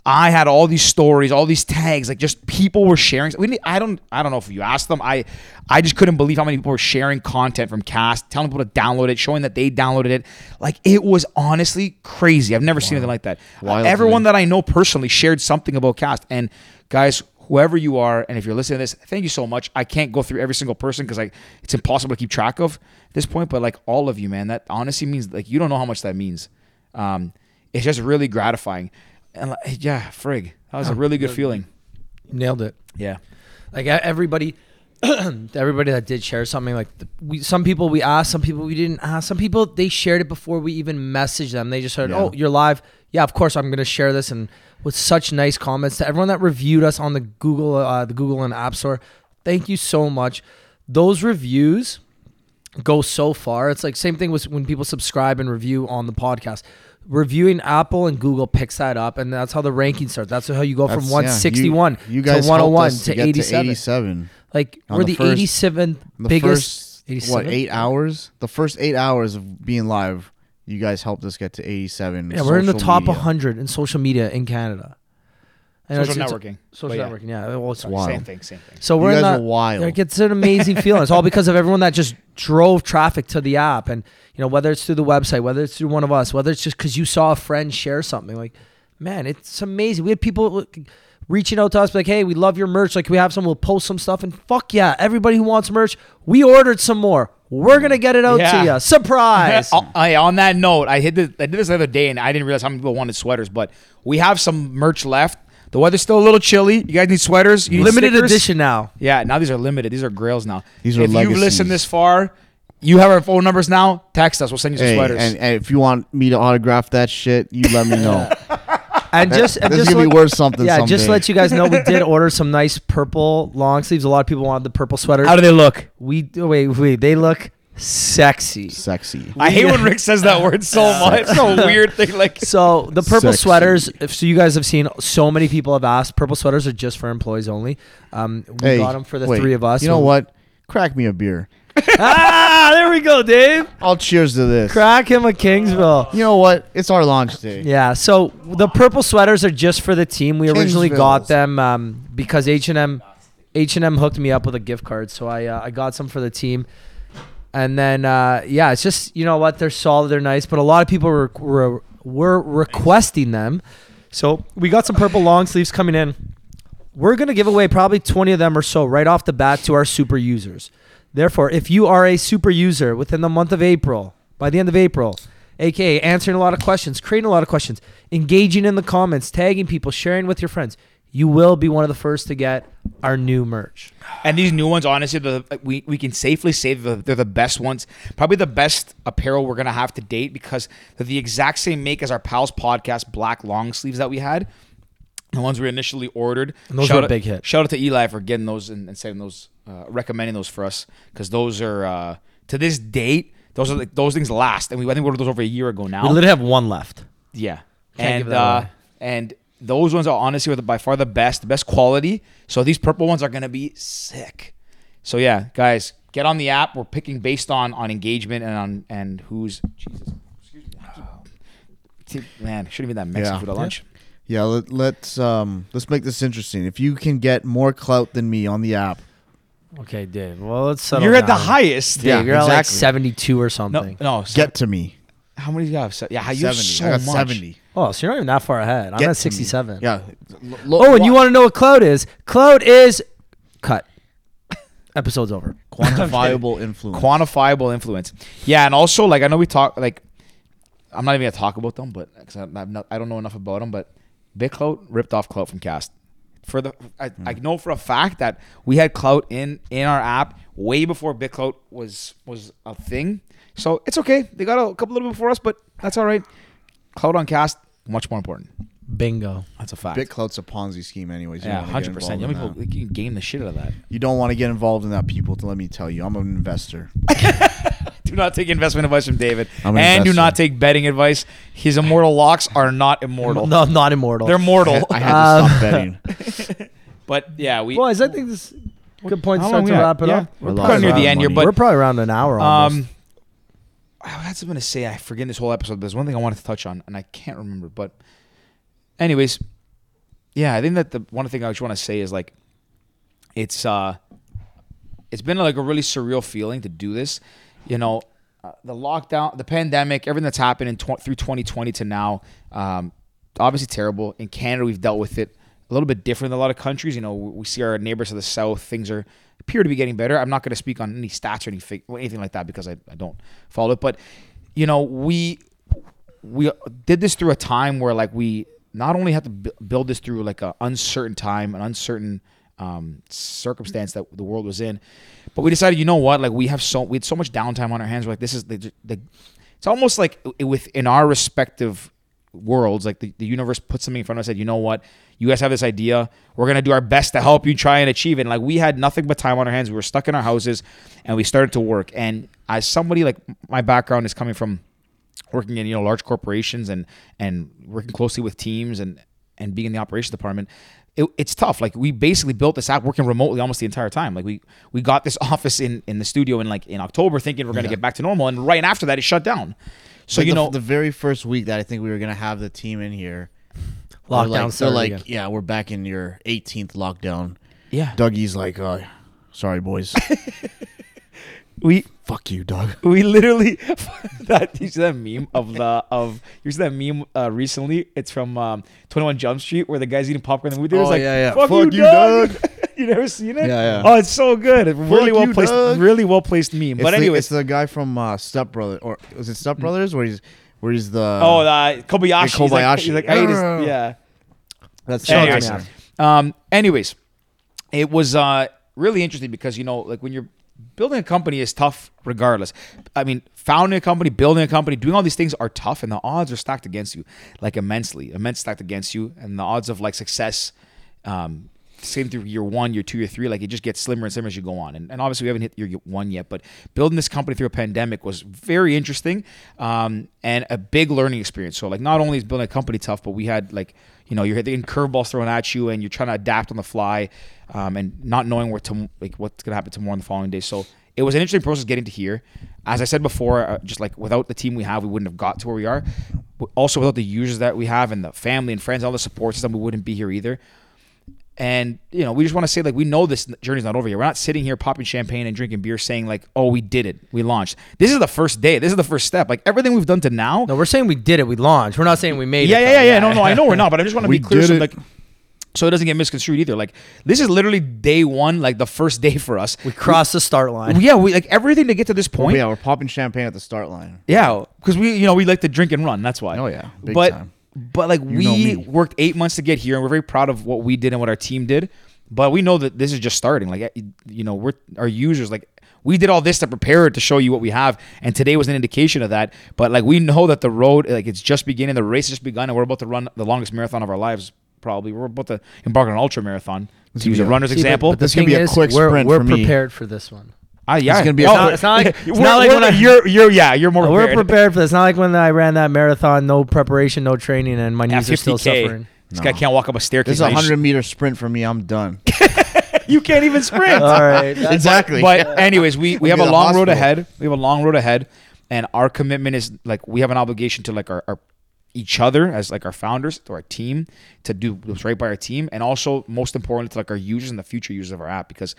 A: i had all these stories all these tags like just people were sharing we didn't, i don't i don't know if you asked them i i just couldn't believe how many people were sharing content from cast telling people to download it showing that they downloaded it like it was honestly crazy i've never seen anything like that
C: Wild,
A: everyone
C: man.
A: that i know personally shared something about cast and guys whoever you are and if you're listening to this thank you so much i can't go through every single person because like it's impossible to keep track of at this point but like all of you man that honestly means like you don't know how much that means um it's just really gratifying and like, yeah frig that was a really good feeling
B: Nailed it.
A: yeah
B: Like e- everybody, everybody that did share something like the, we, some people we asked some people we didn't ask some people they shared it before we even messaged them they just heard
C: Yeah.
B: oh you're live yeah of course i'm gonna share this and with such nice comments to everyone that reviewed us on the google uh, the google and app store thank you so much those reviews go so far it's like same thing with when people subscribe and review on the podcast reviewing apple and google picks that up and that's how the rankings start that's how you go
C: That's-
B: from
C: yeah,
B: 161
C: you, you guys
B: to
C: helped
B: 101
C: us
B: to
C: get
B: 87
C: To 87.
B: like
C: On
B: we're
C: the
B: the,
C: first-
B: 87th
C: The
B: biggest.
C: first what eight hours? The first eight hours of being live, you guys helped us get to 87.
B: Yeah, we're in the
C: social
B: top
C: media.
B: 100 in social media in Canada. And
A: Social
B: it's- it's-
A: networking.
B: social
A: But yeah.
B: networking. Yeah, well, it's
C: wild.
A: Same thing, same thing.
B: So we're
C: you
B: in
C: guys
B: the,
C: are wild.
B: Like it's an amazing feeling. It's all because of everyone that just drove traffic to the app, and you know whether it's through the website, whether it's through one of us, whether it's just because you saw a friend share something. Like, man, it's amazing. We had people like, reaching out to us like, "Hey, we love your merch. Like, we have some. We'll post some stuff." And fuck yeah, everybody who wants merch, we ordered some more. We're gonna get it out
A: Yeah.
B: to
A: (laughs)
B: you. Surprise!
A: Uh, I- on that note, I hit this, I did this the other day, and I didn't realize how many people wanted sweaters. But we have some merch left. The weather's still a little chilly. You guys need sweaters. You need
B: Limited
A: stickers.
B: edition now.
A: Yeah, now these are limited. These are grails now.
C: These are
A: if you've
C: legacies.
A: listened this far, you have our phone numbers now. Text us. We'll send you some
C: Hey,
A: sweaters.
C: and, and if you want me to autograph that shit, you let me
B: (laughs)
C: know.
B: And just and
C: this is
B: just
C: gonna
B: let-
C: be worth something.
B: Yeah,
C: someday.
B: just let you guys know we
C: (laughs)
B: did order some nice purple long sleeves. A lot of people wanted the purple sweater.
A: how do they look?
B: we oh, wait, wait, they look sexy.
C: Sexy.
A: I hate
B: (laughs)
A: when Rick says that word so much. It's a weird thing. Like
B: So the purple
C: Sexy.
B: sweaters. If, so you guys have seen, so many people have asked. Purple sweaters are just for employees only. Um, we
C: Hey,
B: got them for the
C: wait,
B: three of us.
C: You know
B: We-
C: what? Crack me a beer.
B: (laughs) Ah, there we go, Dave.
C: I'll cheers to this.
B: Crack him a Kingsville.
C: You know what? It's our launch day.
B: Yeah. So the purple sweaters are just for the team. We originally got
C: Kingsvilles.
B: them um, because H and M, H and M hooked me up with a gift card, so I uh, I got some for the team. And then uh, yeah, it's just you know what they're solid, they're nice, but a lot of people were were, were requesting them, so we got some purple long sleeves coming in. We're gonna give away probably twenty of them or so right off the bat to our super users. Therefore, if you are a super user within the month of April, by the end of April, aka answering a lot of questions, creating a lot of questions, engaging in the comments, tagging people, sharing with your friends, you will be one of the first to get our new merch.
A: And these new ones, honestly, the we, we can safely say that they're the best ones. Probably the best apparel we're gonna have to date because they're the exact same make as our pals podcast black long sleeves that we had. The ones we initially ordered.
B: And those
A: Shout
B: were a
A: out-
B: big hit.
A: Shout out to Eli for getting those and, and sending those, uh, recommending those for us because those are uh, to this date. Those are like, those things last, and we I think we ordered those over a year ago now.
B: We literally have one left.
A: Yeah,
B: Can't
A: and
B: give that
A: uh,
B: away.
A: and those ones are honestly were the, by far the best, best quality. So these purple ones are gonna be sick. So yeah, guys, get on the app. We're picking based on on engagement and on and who's Jesus. Excuse me. I keep- see, Man, shouldn't be that Mexican
C: Yeah.
A: food at lunch.
C: Yeah, let, let's um let's make this interesting. If you can get more clout than me on the app,
B: Okay, Dave. Well, let's settle.
A: You're at the highest.
C: Yeah,
B: you're at like
C: exactly.
B: seventy-two or
A: No,
B: something.
A: no.
C: get to me.
A: how many do you have? Se-
B: Ah,
A: Yeah, you have
C: 70.
A: so
C: I got
A: much.
C: 70.
B: Oh, so you're not even that far ahead. I'm at
C: Get to me.
B: sixty-seven.
C: Yeah.
B: (laughs)
C: L- lo-
B: Oh, and you
C: wa-
B: want to know what cloud is? Cloud is cut. Episode's over.
A: (laughs)
C: quantifiable influence.
A: quantifiable influence. Yeah, and also like I know we talk like I'm not even gonna talk about them, but because I, I'm not- I don't know enough about them, but Big Clout ripped off Clout from Cast. For the I, I know for a fact that we had Clout in in our app way before Big Clout was was a thing. So it's okay. They got a couple little bit before us, but that's all right. Clout on Cast much more important.
B: Bingo.
A: That's a fact.
C: Big clout's a Ponzi scheme, anyways. You
A: yeah,
C: don't wanna get
A: hundred percent.
C: involved
A: You
C: in
A: know,
C: that.
A: people- you can game the shit out of that.
C: You don't want to get involved in that, people. Let me tell you, I'm an investor.
A: (laughs) Do not take investment advice from David, and
C: I'm an
A: do
C: investor.
A: not take betting advice. His immortal locks are not immortal.
B: No, not immortal.
A: They're mortal.
C: I had to stop (laughs) betting.
A: (laughs) but yeah, we
B: Boys, I think this is a good point to
A: How
B: start
A: long
B: to
A: we at?
B: wrap it
A: Yeah.
B: up.
A: We're
B: We're
C: lost
B: probably,
A: near the
B: around,
A: end here,
C: money.
A: but
B: we're probably around an hour almost.
A: um, I was going to say I forget this whole episode. There's one thing I wanted to touch on, and I can't remember. But, anyways, yeah, I think that the one thing I just want to say is like, it's uh, it's been like a really surreal feeling to do this. You know, uh, the lockdown, the pandemic, everything that's happened in tw- through 2020 to now, um, obviously terrible. In Canada, we've dealt with it a little bit different than a lot of countries. You know, we we see our neighbors to the south, things are appear to be getting better. I'm not going to speak on any stats or anything, or anything like that because I, I don't follow it. But you know, we we did this through a time where like we not only had to bu- build this through like a uncertain time, an uncertain um, circumstance that the world was in. But we decided, you know what? Like we have so we had so much downtime on our hands. We're like, this is the, the it's almost like i- within our respective worlds, like the, the universe put something in front of us and said, you know what? You guys have this idea. We're gonna do our best to help you try and achieve it. And like we had nothing but time on our hands. We were stuck in our houses, and we started to work. And as somebody like my background is coming from working in you know large corporations and and working closely with teams and and being in the operations department it, it's tough like we basically built this app working remotely almost the entire time like we we got this (laughs) office in in the studio in like in october thinking we're going to get back to normal and right after that it shut down so
C: Like
A: you
C: the,
A: know
C: the very first week that I think we were gonna have the team in here, they're
B: Lockdown
C: Like, they're
B: started
C: like,
B: again.
C: yeah, we're back in your 18th lockdown.
A: yeah
C: Dougie's like, uh, sorry (laughs) boys,
A: we
C: fuck you, Doug. (laughs)
A: we literally (laughs) that you see that meme of the of you see that meme uh, recently it's from um, 21 jump street where the guy's eating popcorn in the movie theater
C: Oh,
A: It's like
C: yeah, yeah.
A: Fuck,
C: Fuck
A: you,
C: you,
A: Doug. (laughs) you never seen it
C: Yeah, yeah.
A: oh it's so good It really
C: you,
A: well placed
C: Doug.
A: really well placed meme but
C: it's the,
A: anyways
C: it's the guy from uh, Step Brother, or was it Step Brothers, where he's where he's the
A: Oh, the Kobayashi. He's like-
C: Kobayashi.
A: he's like, I hate his- yeah.
C: that's
B: Shout out to
A: Anyways,
B: Kobayashi.
A: um, anyways, it was uh, really interesting because you know, like when you're building a company is tough, regardless. I mean, founding a company, building a company, doing all these things are tough, and the odds are stacked against you, like immensely, immense stacked against you, and the odds of like success. Um, same through year one, year two, year three. Like it just gets slimmer and slimmer as you go on. And, and obviously, we haven't hit year one yet, but building this company through a pandemic was very interesting um, and a big learning experience. So, like, not only is building a company tough, but we had like, you know, you're getting curveballs thrown at you and you're trying to adapt on the fly um, and not knowing where to, like, what's going to happen tomorrow and the following day. So, it was an interesting process getting to here. As I said before, uh, just like without the team we have, we wouldn't have got to where we are. But Also, without the users that we have and the family and friends, all the support system, we wouldn't be here either. And you know, we just want to say like we know this journey's not over yet. We're not sitting here popping champagne and drinking beer, saying like, "Oh, we did it, we launched." This is the first day. This is the first step. Like everything we've done to now.
B: No, we're saying we did it. We launched. We're not saying we made
A: yeah,
B: it.
A: yeah,
B: though.
A: yeah, yeah. No, no, I know we're not, but I just
B: (laughs)
A: want to
C: We
A: be clear.
C: did
A: So,
C: it.
A: like, so it doesn't get misconstrued either. Like this is literally day one, like the first day for us.
B: We crossed the start line.
A: yeah, we like everything to get to this point.
C: yeah, we're popping champagne at the start line.
A: Yeah, because we you know we like to drink and run. That's why.
C: Oh, yeah. Big
A: but
C: time.
A: but like
C: know
A: we
C: me.
A: worked eight months to get here, and we're very proud of what we did and what our team did. But we know that this is just starting. Like you know, we're our users. Like we did all this to prepare it to show you what we have, and today was an indication of that. But like we know that the road, like it's just beginning. The race has just begun, and we're about to run the longest marathon of our lives. Probably we're about to embark on an ultra marathon. To use a
C: Yeah.
A: runner's
B: See, but-
A: example,
B: but the
C: This is gonna
B: thing
C: be a quick
B: we're,
C: sprint
B: We're
C: for me.
B: prepared for this one.
A: Ah, yeah,
C: gonna be a
A: Oh, (laughs)
C: quick-
B: It's not like- it's
A: we're-
B: not like
A: we're-
B: when
A: (laughs)
B: I-
A: you're, you're, yeah, you're more.
B: We're
A: prepared.
B: prepared for this. It's not like when I ran that marathon, no preparation, no training, and my
A: At
B: knees are still
A: 50K,
B: suffering.
A: This guy can't walk up a staircase.
C: This is a
A: now. You sh-
C: hundred meter sprint for me. I'm (laughs) done.
A: (laughs) You can't
C: (laughs)
A: even sprint.
B: All
A: (laughs)
B: right. That's-
C: exactly. (laughs)
A: But anyways, we, we
C: We'll
A: have
C: be
A: a
C: the
A: long road
C: hospital.
A: ahead. We have a long road ahead, and our commitment is like we have an obligation to like our, our each other as like our founders to our team to do what's right by our team, and also most importantly to like our users and the future users of our app because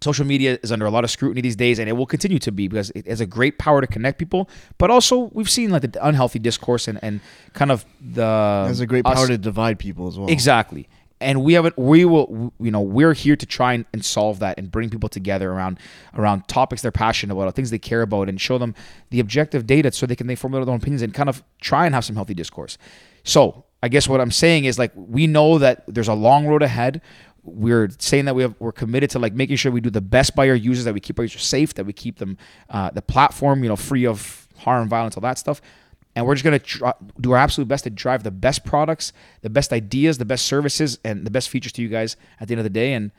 A: social media is under a lot of scrutiny these days and it will continue to be because it has a great power to connect people but also we've seen like the unhealthy discourse and, and kind of the
C: Has a great
A: us-
C: power to divide people as well.
A: Exactly. And we haven't. We will. You know, we're here to try and, and solve that and bring people together around around topics they're passionate about, things they care about, and show them the objective data so they can they formulate their own opinions and kind of try and have some healthy discourse. So I guess what I'm saying is like we know that there's a long road ahead. We're saying that we have, we're committed to like making sure we do the best by our users, that we keep our users safe, that we keep them uh, the platform, you know, free of harm, violence, all that stuff and we're just going to try, do our absolute best to drive the best products, the best ideas, the best services, and the best features to you guys at the end of the day. And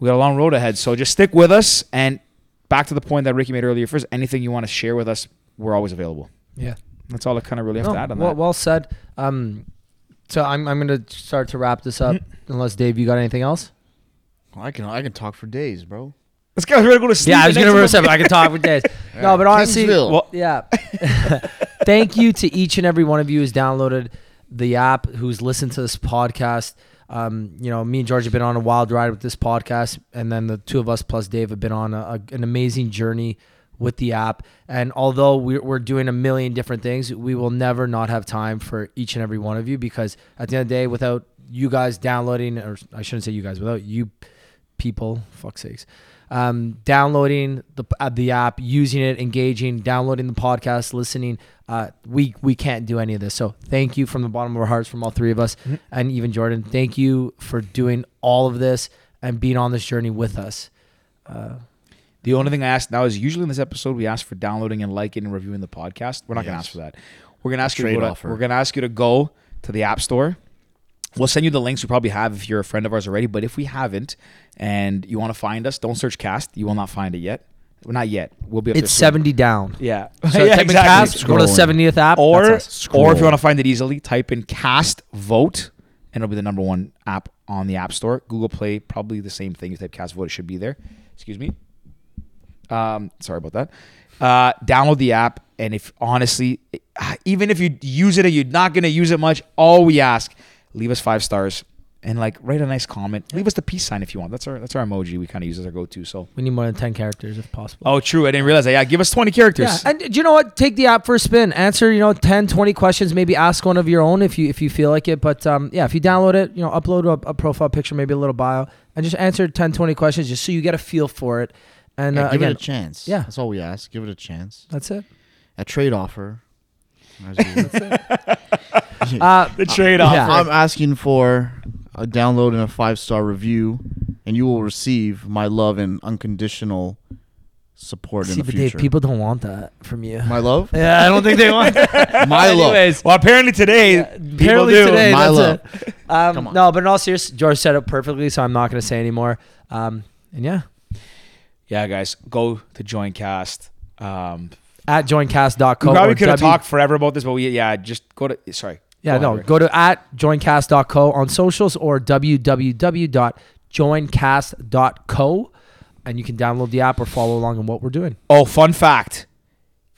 A: we got a long road ahead, so just stick with us. And back to the point that Ricky made earlier: first, anything you want to share with us, we're always available.
B: yeah.
A: That's all I kind of really have
B: No,
A: to add on
B: Oh, well,
A: that.
B: well said. Um, so I'm, I'm going to start to wrap this up.
A: Mm-hmm.
B: Unless Dave, you got anything else?
C: I can I can talk for days, bro.
A: This guy's ready to go to sleep.
B: Yeah, I was
A: the
B: gonna
A: next
B: reverse
A: one.
B: it. but I could talk
A: (laughs)
B: for days. No, but honestly,
C: Kingsville.
A: Well- (laughs)
B: yeah. (laughs) Thank you to each and every one of you who's downloaded the app, who's listened to this podcast. Um, you know, me and George have been on a wild ride with this podcast, and then the two of us plus Dave have been on a, a- an amazing journey with the app. And although we're, we're doing a million different things, we will never not have time for each and every one of you because at the end of the day, without you guys downloading, or I shouldn't say you guys, without you people, fuck sakes, um, downloading the uh, the app, using it, engaging, downloading the podcast, listening. Uh, we we can't do any of this. So thank you from the bottom of our hearts, from all three of us,
A: Mm-hmm.
B: and even Jordan. Thank you for doing all of this and being on this journey with us.
A: The only thing I ask now is usually in this episode we ask for downloading and liking and reviewing the podcast. We're not gonna
C: Yes.
A: ask for that. We're gonna ask you to
C: Trade
A: go to,
C: offer.
A: we're gonna ask you to go to the app store. We'll send you the links we probably have if you're a friend of ours already. But if we haven't and you want to find us, don't search cast. You will not find it yet. Well, not yet. We'll be up there
B: It's
A: soon.
B: seventy down.
A: (laughs) Yeah.
B: So
A: yeah,
B: type in cast, go to the
C: Scrolling.
B: seventieth app,
A: Or
B: that's us.
A: or if
C: Scroll.
A: you want to find it easily, type in cast vote and it'll be the number one app on the app store. Google Play, probably the same thing. You type cast vote, it should be there. Excuse me. Um, sorry about that. Uh, download the app, and if honestly, (sighs) even if you use it and you're not gonna use it much, all we ask, leave us five stars and like write a nice comment. Leave us the peace sign if you want. That's our that's our emoji we kind of use as our go to. So
B: we need more than ten characters if possible.
A: oh, true. I didn't realize that. Yeah, give us twenty characters.
B: Yeah, and do you know what? Take the app for a spin. Answer, you know, 10, 20 questions. Maybe ask one of your own if you if you feel like it. But um, yeah, if you download it, you know, upload a, a profile picture, maybe a little bio, and just answer 10, 20 questions just so you get a feel for it. And
C: Yeah,
B: uh,
C: give
B: again,
C: it a chance.
B: yeah.
C: that's all we ask. Give it a chance.
B: that's
C: (laughs)
B: it.
C: A trade offer. Might as well.
B: Uh,
A: the (laughs) trade
B: off.
C: I- I'm asking for a download and a five star review, and you will receive my love and unconditional support
B: see,
C: in the
B: but Dave,
C: future.
B: people don't want that from you.
C: my love,
B: (laughs) yeah, I don't think they
C: (laughs)
B: want that. (laughs)
C: my love.
B: Anyways,
A: Well, apparently today, people
B: apparently
A: do.
B: today,
C: My
B: that's
C: love.
B: it. Um,
C: Come on.
B: No, but in all seriousness, George said it perfectly, so I'm not going to say anymore. Um, and yeah,
A: Yeah, guys, go to JoinCast. Um,
B: at joincast.co.
A: we probably
B: or
A: could have
B: W-
A: talked forever about this, but we yeah, just go to sorry.
B: Yeah,
A: Go
B: no.
A: ahead, Rick.
B: Go to at joincast.co on socials or www.joincast.co and you can download the app or follow along in what we're doing.
A: Oh, fun fact: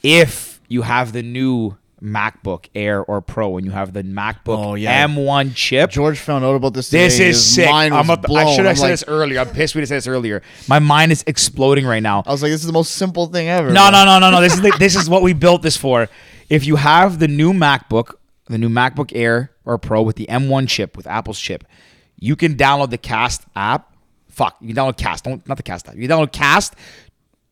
A: if you have the new MacBook Air or Pro and you have the MacBook
C: Oh, yeah.
A: M1 chip,
C: George found out about this. Today.
A: this is
C: His
A: sick.
C: Mind
A: I'm
C: was
A: up,
C: blown.
A: I should
C: I'm
A: have said
C: like-
A: this earlier. I'm pissed we didn't say this earlier. My mind is exploding right now.
C: I was like, this is the most simple thing ever.
A: No,
C: bro.
A: no, no, no, no. This is the, this is what we built this for. If you have the new MacBook, the new MacBook Air or Pro with the M1 chip, with Apple's chip, you can download the Cast app. Fuck, you can download Cast. Don't not the Cast app. You download Cast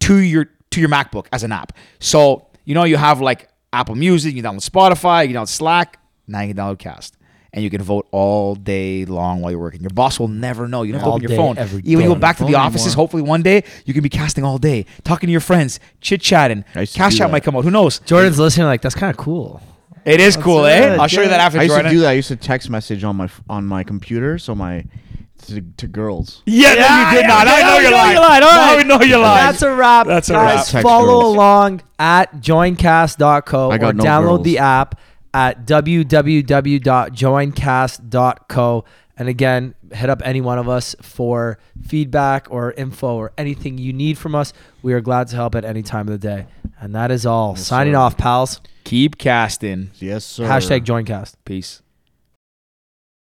A: to your to your MacBook as an app. So you know you have like Apple Music, you download Spotify, you download Slack. Now you can download Cast. And you can vote all day long while you're working. Your boss will never know. You don't have
B: All
A: to open
B: day,
A: your phone.
B: every
A: Even when
B: day.
A: you go back to the
C: Phone
A: offices,
C: anymore.
A: hopefully one day you can be casting all day, talking to your friends, chit chatting.
C: I used to
A: Cash
C: do
A: out
C: that.
A: might come out. Who knows?
B: Jordan's listening like that's kind of cool.
A: It is cool, eh?
B: it,
A: I'll show you that after
C: I used
A: Jordan.
C: to do that. I used to text message on my f- on my computer, so my to, to
A: (laughs)
C: girls.
A: Yeah, no, you did not. I know you're lying. Now we know you're lying.
B: That's a wrap.
A: That's a
B: Guys,
C: wrap.
B: follow
C: Text girls.
B: along at joincast.co
C: I
B: or
C: got no
B: download
C: girls.
B: the app at www.joincast.co. And again, hit up any one of us for feedback or info or anything you need from us. We are glad to help at any time of the day. And that is all. Signing
C: sir.
B: off, pals.
A: Keep casting.
C: Yes, sir.
B: Hashtag joincast.
A: Peace.